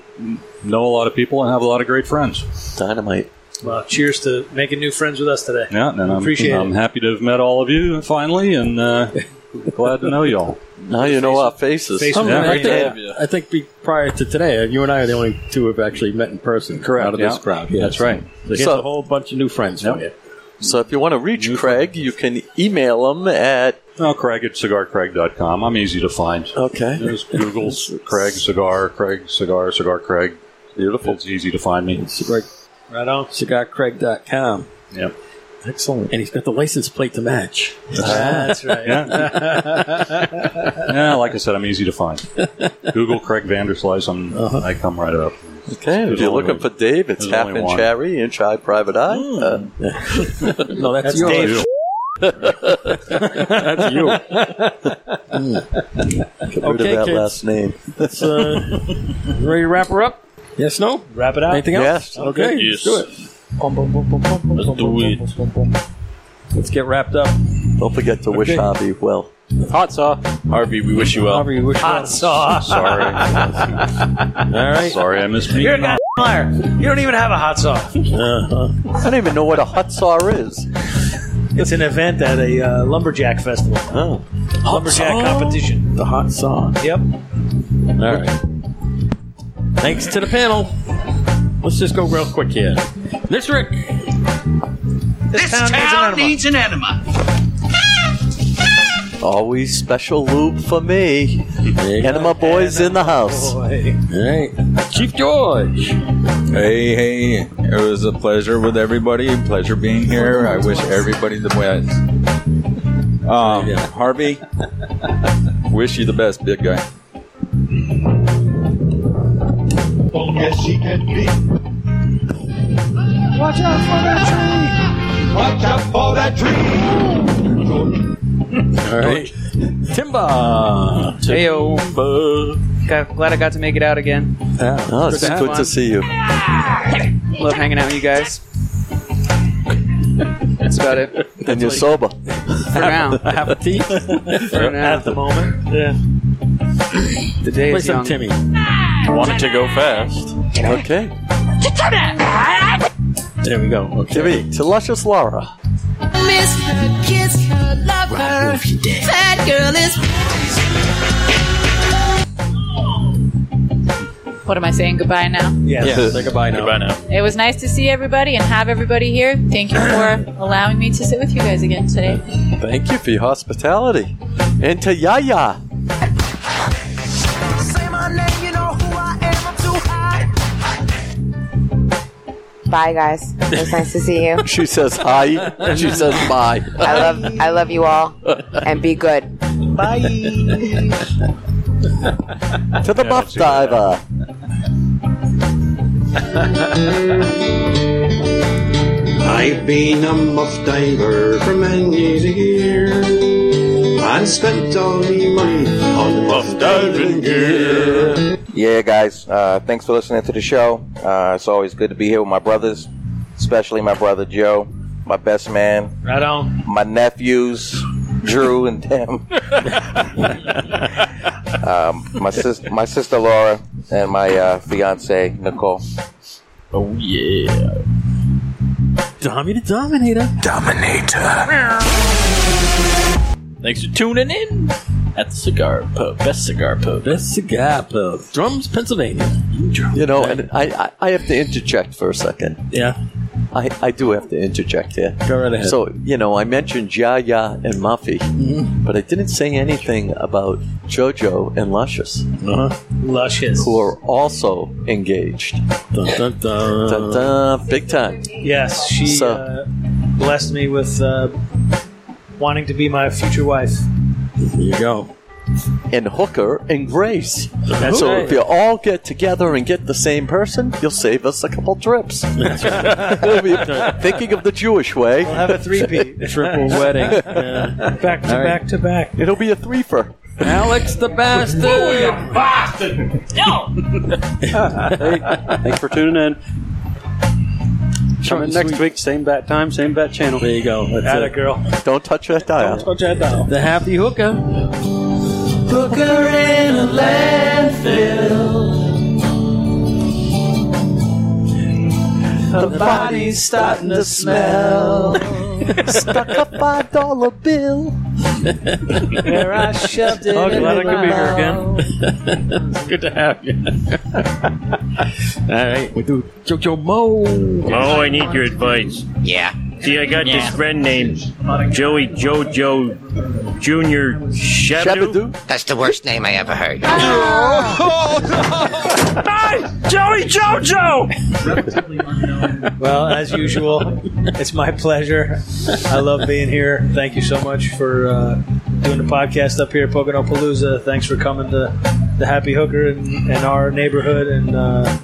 [SPEAKER 12] know a lot of people and have a lot of great friends.
[SPEAKER 2] Dynamite.
[SPEAKER 14] Well, cheers to making new friends with us today.
[SPEAKER 12] Yeah, and I'm,
[SPEAKER 14] appreciate
[SPEAKER 12] I'm
[SPEAKER 14] it.
[SPEAKER 12] happy to have met all of you finally, and uh, glad to know y'all.
[SPEAKER 2] Now you know our faces.
[SPEAKER 1] I, mean, I think, I think be, prior to today, uh, you and I are the only two who've actually met in person.
[SPEAKER 12] Correct,
[SPEAKER 1] Out of
[SPEAKER 12] yeah.
[SPEAKER 1] this crowd. Yeah,
[SPEAKER 12] That's right.
[SPEAKER 1] So, here's
[SPEAKER 2] So-
[SPEAKER 1] a whole bunch of new friends for you.
[SPEAKER 2] So if you want to reach Craig, you can email him at
[SPEAKER 12] Oh, Craig at cigarcraig.com. I'm easy to find.
[SPEAKER 2] Okay.
[SPEAKER 12] Just Google Craig Cigar, Craig Cigar, Cigar Craig. Beautiful. It's easy to find me.
[SPEAKER 1] Cigar, right on. CigarCraig.com.
[SPEAKER 12] Yep.
[SPEAKER 1] Excellent. And he's got the license plate to match.
[SPEAKER 14] That's right.
[SPEAKER 12] yeah, like I said, I'm easy to find. Google Craig Vanderslice. I'm,
[SPEAKER 14] Uh-huh.
[SPEAKER 12] I come right up.
[SPEAKER 2] Okay, if
[SPEAKER 12] There's
[SPEAKER 2] you're
[SPEAKER 12] only
[SPEAKER 2] looking
[SPEAKER 12] one.
[SPEAKER 2] for Dave, it's
[SPEAKER 12] There's
[SPEAKER 2] half
[SPEAKER 12] only
[SPEAKER 2] inch
[SPEAKER 12] one.
[SPEAKER 2] cherry, inch high private eye. Uh,
[SPEAKER 1] no, that's, yours.
[SPEAKER 2] that's
[SPEAKER 1] you.
[SPEAKER 2] Get rid of that last name.
[SPEAKER 1] That's uh, ready to wrap her up. Yes, no.
[SPEAKER 14] Wrap it up.
[SPEAKER 1] Anything else?
[SPEAKER 14] Yes.
[SPEAKER 1] Okay,
[SPEAKER 14] Yes.
[SPEAKER 1] let's do it. Let's do it. Let's get wrapped up.
[SPEAKER 2] Don't forget to wish
[SPEAKER 1] Okay.
[SPEAKER 2] Harvey well.
[SPEAKER 10] Hot saw. Harvey, we wish you well.
[SPEAKER 1] Harvey, we wish you well.
[SPEAKER 14] sauce.
[SPEAKER 12] Sorry.
[SPEAKER 14] All
[SPEAKER 1] right.
[SPEAKER 12] Sorry, I missed me.
[SPEAKER 14] You're a goddamn liar. You don't even have a hot sauce.
[SPEAKER 2] I don't even know what a hot saw is.
[SPEAKER 14] It's an event at a uh, lumberjack festival.
[SPEAKER 2] Oh.
[SPEAKER 14] lumberjack competition.
[SPEAKER 1] The hot saw.
[SPEAKER 14] Yep.
[SPEAKER 1] All right. Thanks to the panel. Let's just go real quick here. This Rick.
[SPEAKER 5] This, town needs an enema.
[SPEAKER 2] Always special lube for me. Enema boys in the house.
[SPEAKER 1] Hey, Chief George.
[SPEAKER 3] Hey, hey. It was a pleasure with everybody. Pleasure being here. I wish everybody the best. Um, Harvey, Wish you the best, big guy.
[SPEAKER 20] Yes, she can be.
[SPEAKER 4] Watch out for that
[SPEAKER 20] Watch out for that tree. Jordan.
[SPEAKER 1] All right. Timba.
[SPEAKER 21] Heyo. Got- Glad I got to make it out again.
[SPEAKER 2] Yeah, oh, it's
[SPEAKER 21] Good to
[SPEAKER 2] good,
[SPEAKER 21] have
[SPEAKER 2] to
[SPEAKER 21] on.
[SPEAKER 2] see you.
[SPEAKER 21] Love hanging out with you guys. That's about it.
[SPEAKER 2] And you're sober.
[SPEAKER 21] For now.
[SPEAKER 1] I have a tea.
[SPEAKER 21] For now.
[SPEAKER 1] At the moment.
[SPEAKER 21] Yeah. The day
[SPEAKER 1] Play
[SPEAKER 21] is
[SPEAKER 1] some
[SPEAKER 21] young.
[SPEAKER 1] Timmy.
[SPEAKER 22] Want it to go fast.
[SPEAKER 2] Okay.
[SPEAKER 1] There we go. Okay.
[SPEAKER 2] Timmy, to luscious Laura.
[SPEAKER 7] Miss her, kiss her, love her. That girl is.
[SPEAKER 16] What am I saying? Goodbye now.
[SPEAKER 4] Yes.
[SPEAKER 1] Yeah, say goodbye now. Goodbye now.
[SPEAKER 16] It was nice to see everybody and have everybody here. Thank you for allowing me to sit with you guys again today.
[SPEAKER 2] Thank you for your hospitality. And to Yaya.
[SPEAKER 7] Say my name, you know who I am. I'm too high.
[SPEAKER 23] Bye, guys. It was nice to see you.
[SPEAKER 2] She says hi. She says bye.
[SPEAKER 23] I love I love you all, and be good. Bye.
[SPEAKER 2] to the buff diver.
[SPEAKER 20] I've been a muff diver for many years. I spent all my money on muff diving gear.
[SPEAKER 9] Yeah, guys, uh, thanks for listening to the show. Uh, it's always good to be here with my brothers, especially my brother Joe, my best man,
[SPEAKER 24] Right on.
[SPEAKER 9] my nephews, Drew and them, um, my, sis- my sister Laura, and my uh, fiance Nicole.
[SPEAKER 1] Oh, yeah. Dommy the Dominator.
[SPEAKER 22] Dominator. Thanks for tuning in at the Cigar Pub. Best Cigar Pub.
[SPEAKER 1] Best Cigar Pub. Drums, Pennsylvania.
[SPEAKER 2] You know, and I, I, I have to interject for a second.
[SPEAKER 1] Yeah.
[SPEAKER 2] I, I do have to interject here.
[SPEAKER 1] Go right ahead.
[SPEAKER 2] So, you know, I mentioned Yaya and Muffy,
[SPEAKER 1] Mm-hmm.
[SPEAKER 2] but I didn't say anything about JoJo and Luscious,
[SPEAKER 1] Uh-huh.
[SPEAKER 24] Luscious.
[SPEAKER 2] who are also engaged.
[SPEAKER 1] Dun, dun, dun.
[SPEAKER 2] Dun, dun, big time.
[SPEAKER 4] Yes, she
[SPEAKER 2] So-
[SPEAKER 4] uh, blessed me with uh, wanting to be my future wife.
[SPEAKER 1] There you go.
[SPEAKER 2] And Hooker and Grace.
[SPEAKER 4] That's
[SPEAKER 2] so
[SPEAKER 4] right.
[SPEAKER 2] if you all get together and get the same person, you'll save us a couple trips. Thinking of the Jewish way. We'll
[SPEAKER 4] have a three-peat.
[SPEAKER 1] Triple wedding. Yeah.
[SPEAKER 4] Back to
[SPEAKER 2] All right.
[SPEAKER 4] back to back.
[SPEAKER 2] It'll be a threefer.
[SPEAKER 1] Alex the Bastard.
[SPEAKER 7] bastard! No!
[SPEAKER 25] Thanks for tuning in. Come in next week, same bat time, same bat channel. There
[SPEAKER 1] you go. That's
[SPEAKER 25] Atta
[SPEAKER 1] it.
[SPEAKER 25] girl.
[SPEAKER 2] Don't touch that dial.
[SPEAKER 4] Don't touch that dial.
[SPEAKER 1] The happy hooker.
[SPEAKER 7] Hooker in a landfill.
[SPEAKER 2] Her body's starting to smell. Stuck a five dollar bill.
[SPEAKER 7] Where I shoved it.
[SPEAKER 24] Oh, glad I
[SPEAKER 7] in
[SPEAKER 24] could be here
[SPEAKER 7] my
[SPEAKER 24] again.
[SPEAKER 1] Good to have you. All right. We do Jojo Mo.
[SPEAKER 11] Oh, I need your advice. Yeah. See, I got this friend named Joey Jojo Junior Shabadoo. That's the worst name I ever heard.
[SPEAKER 7] mouth. Joey Jojo!
[SPEAKER 4] Well, as usual, it's my pleasure. I love being here. Thank you so much for uh, doing the podcast up here at Pocono Palooza. Thanks for coming to the Happy Hooker and, and our neighborhood, and uh,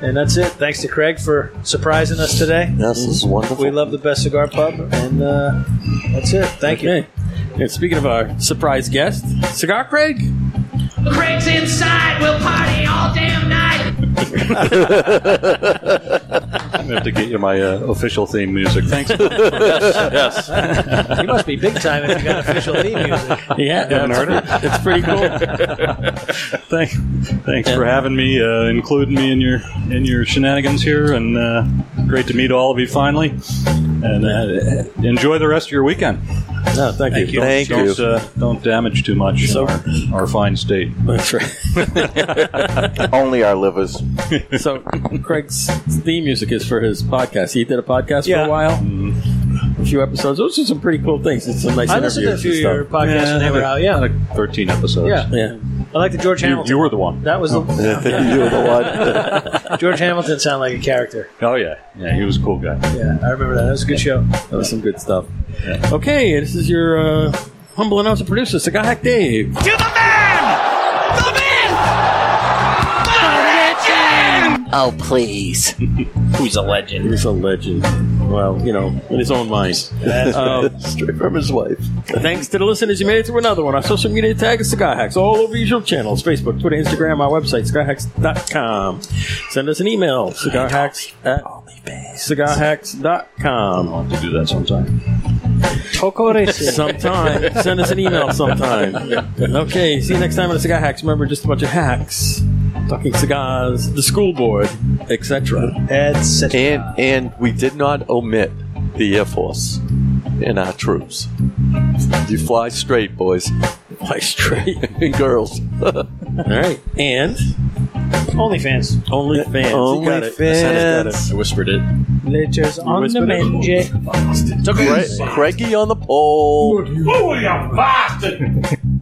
[SPEAKER 4] and that's it. Thanks to Craig for surprising us today.
[SPEAKER 2] This is wonderful.
[SPEAKER 4] We love the best cigar pub, and uh, that's it. Thank you.
[SPEAKER 1] And speaking of our surprise guest, Cigar Craig.
[SPEAKER 7] Craig's inside, we'll party all damn night.
[SPEAKER 12] I have to get you my uh, official theme music. Thanks. yes.
[SPEAKER 4] You must be big time if you got official theme music.
[SPEAKER 1] Yeah,
[SPEAKER 12] haven't heard it.
[SPEAKER 1] It's pretty cool.
[SPEAKER 12] Thank, thanks for having me, uh, including me in your in your shenanigans here, and uh, great to meet all of you finally. And uh, enjoy the rest of your weekend.
[SPEAKER 1] No, thank,
[SPEAKER 12] you. Don't,
[SPEAKER 2] Thank
[SPEAKER 12] don't,
[SPEAKER 2] you.
[SPEAKER 12] Uh, don't damage too much our, our fine state.
[SPEAKER 1] That's right.
[SPEAKER 9] Only our livers.
[SPEAKER 1] so Craig's theme music is for his podcast. He did a podcast for
[SPEAKER 4] Yeah.
[SPEAKER 1] a while, a few episodes. Those are some pretty cool things. It's some nice
[SPEAKER 4] I listened to a
[SPEAKER 1] interviews
[SPEAKER 4] few of your
[SPEAKER 1] and stuff.
[SPEAKER 4] podcasts when they were out. Yeah,
[SPEAKER 12] Like 13 episodes.
[SPEAKER 4] yeah,
[SPEAKER 1] yeah. Oh.
[SPEAKER 4] I like the George
[SPEAKER 12] You,
[SPEAKER 4] Hamilton.
[SPEAKER 12] you were the one.
[SPEAKER 4] That was the
[SPEAKER 2] you were the
[SPEAKER 4] George Hamilton sounded like a character.
[SPEAKER 12] Oh, yeah. Yeah, he was a cool guy.
[SPEAKER 4] Yeah, I remember that. That was a good show.
[SPEAKER 1] That was some good stuff. Okay, this is your uh, humble announcer producer, Cigar Hack Dave.
[SPEAKER 7] To the man! The man! The legend!
[SPEAKER 1] Oh, please. Who's a legend? Who's a legend? Well, you know, in his own mind. Um,
[SPEAKER 2] Straight from his wife.
[SPEAKER 1] Thanks to the listeners, you made it to another one. Our social media tag is Cigar Hacks all over usual channels Facebook, Twitter, Instagram, our website, cigarhacks.com. Send us an email, cigarhacks at cigarhacks.com. I'll have to do that sometime. sometime. Send us an email sometime. Okay, see you next time on the Cigar Hacks. Remember, just a bunch of hacks. Talking cigars, the school board, etc.
[SPEAKER 2] And and we did not omit the Air Force in our troops. You fly straight, boys.
[SPEAKER 1] Fly straight.
[SPEAKER 2] and girls. All
[SPEAKER 1] right. And
[SPEAKER 4] OnlyFans.
[SPEAKER 1] OnlyFans. You got it.
[SPEAKER 14] OnlyFans.
[SPEAKER 1] I whispered it.
[SPEAKER 14] Nature's on the
[SPEAKER 1] whispered it.
[SPEAKER 14] menu.
[SPEAKER 2] Craig, Craigie on the pole.
[SPEAKER 7] Oh, you bastard!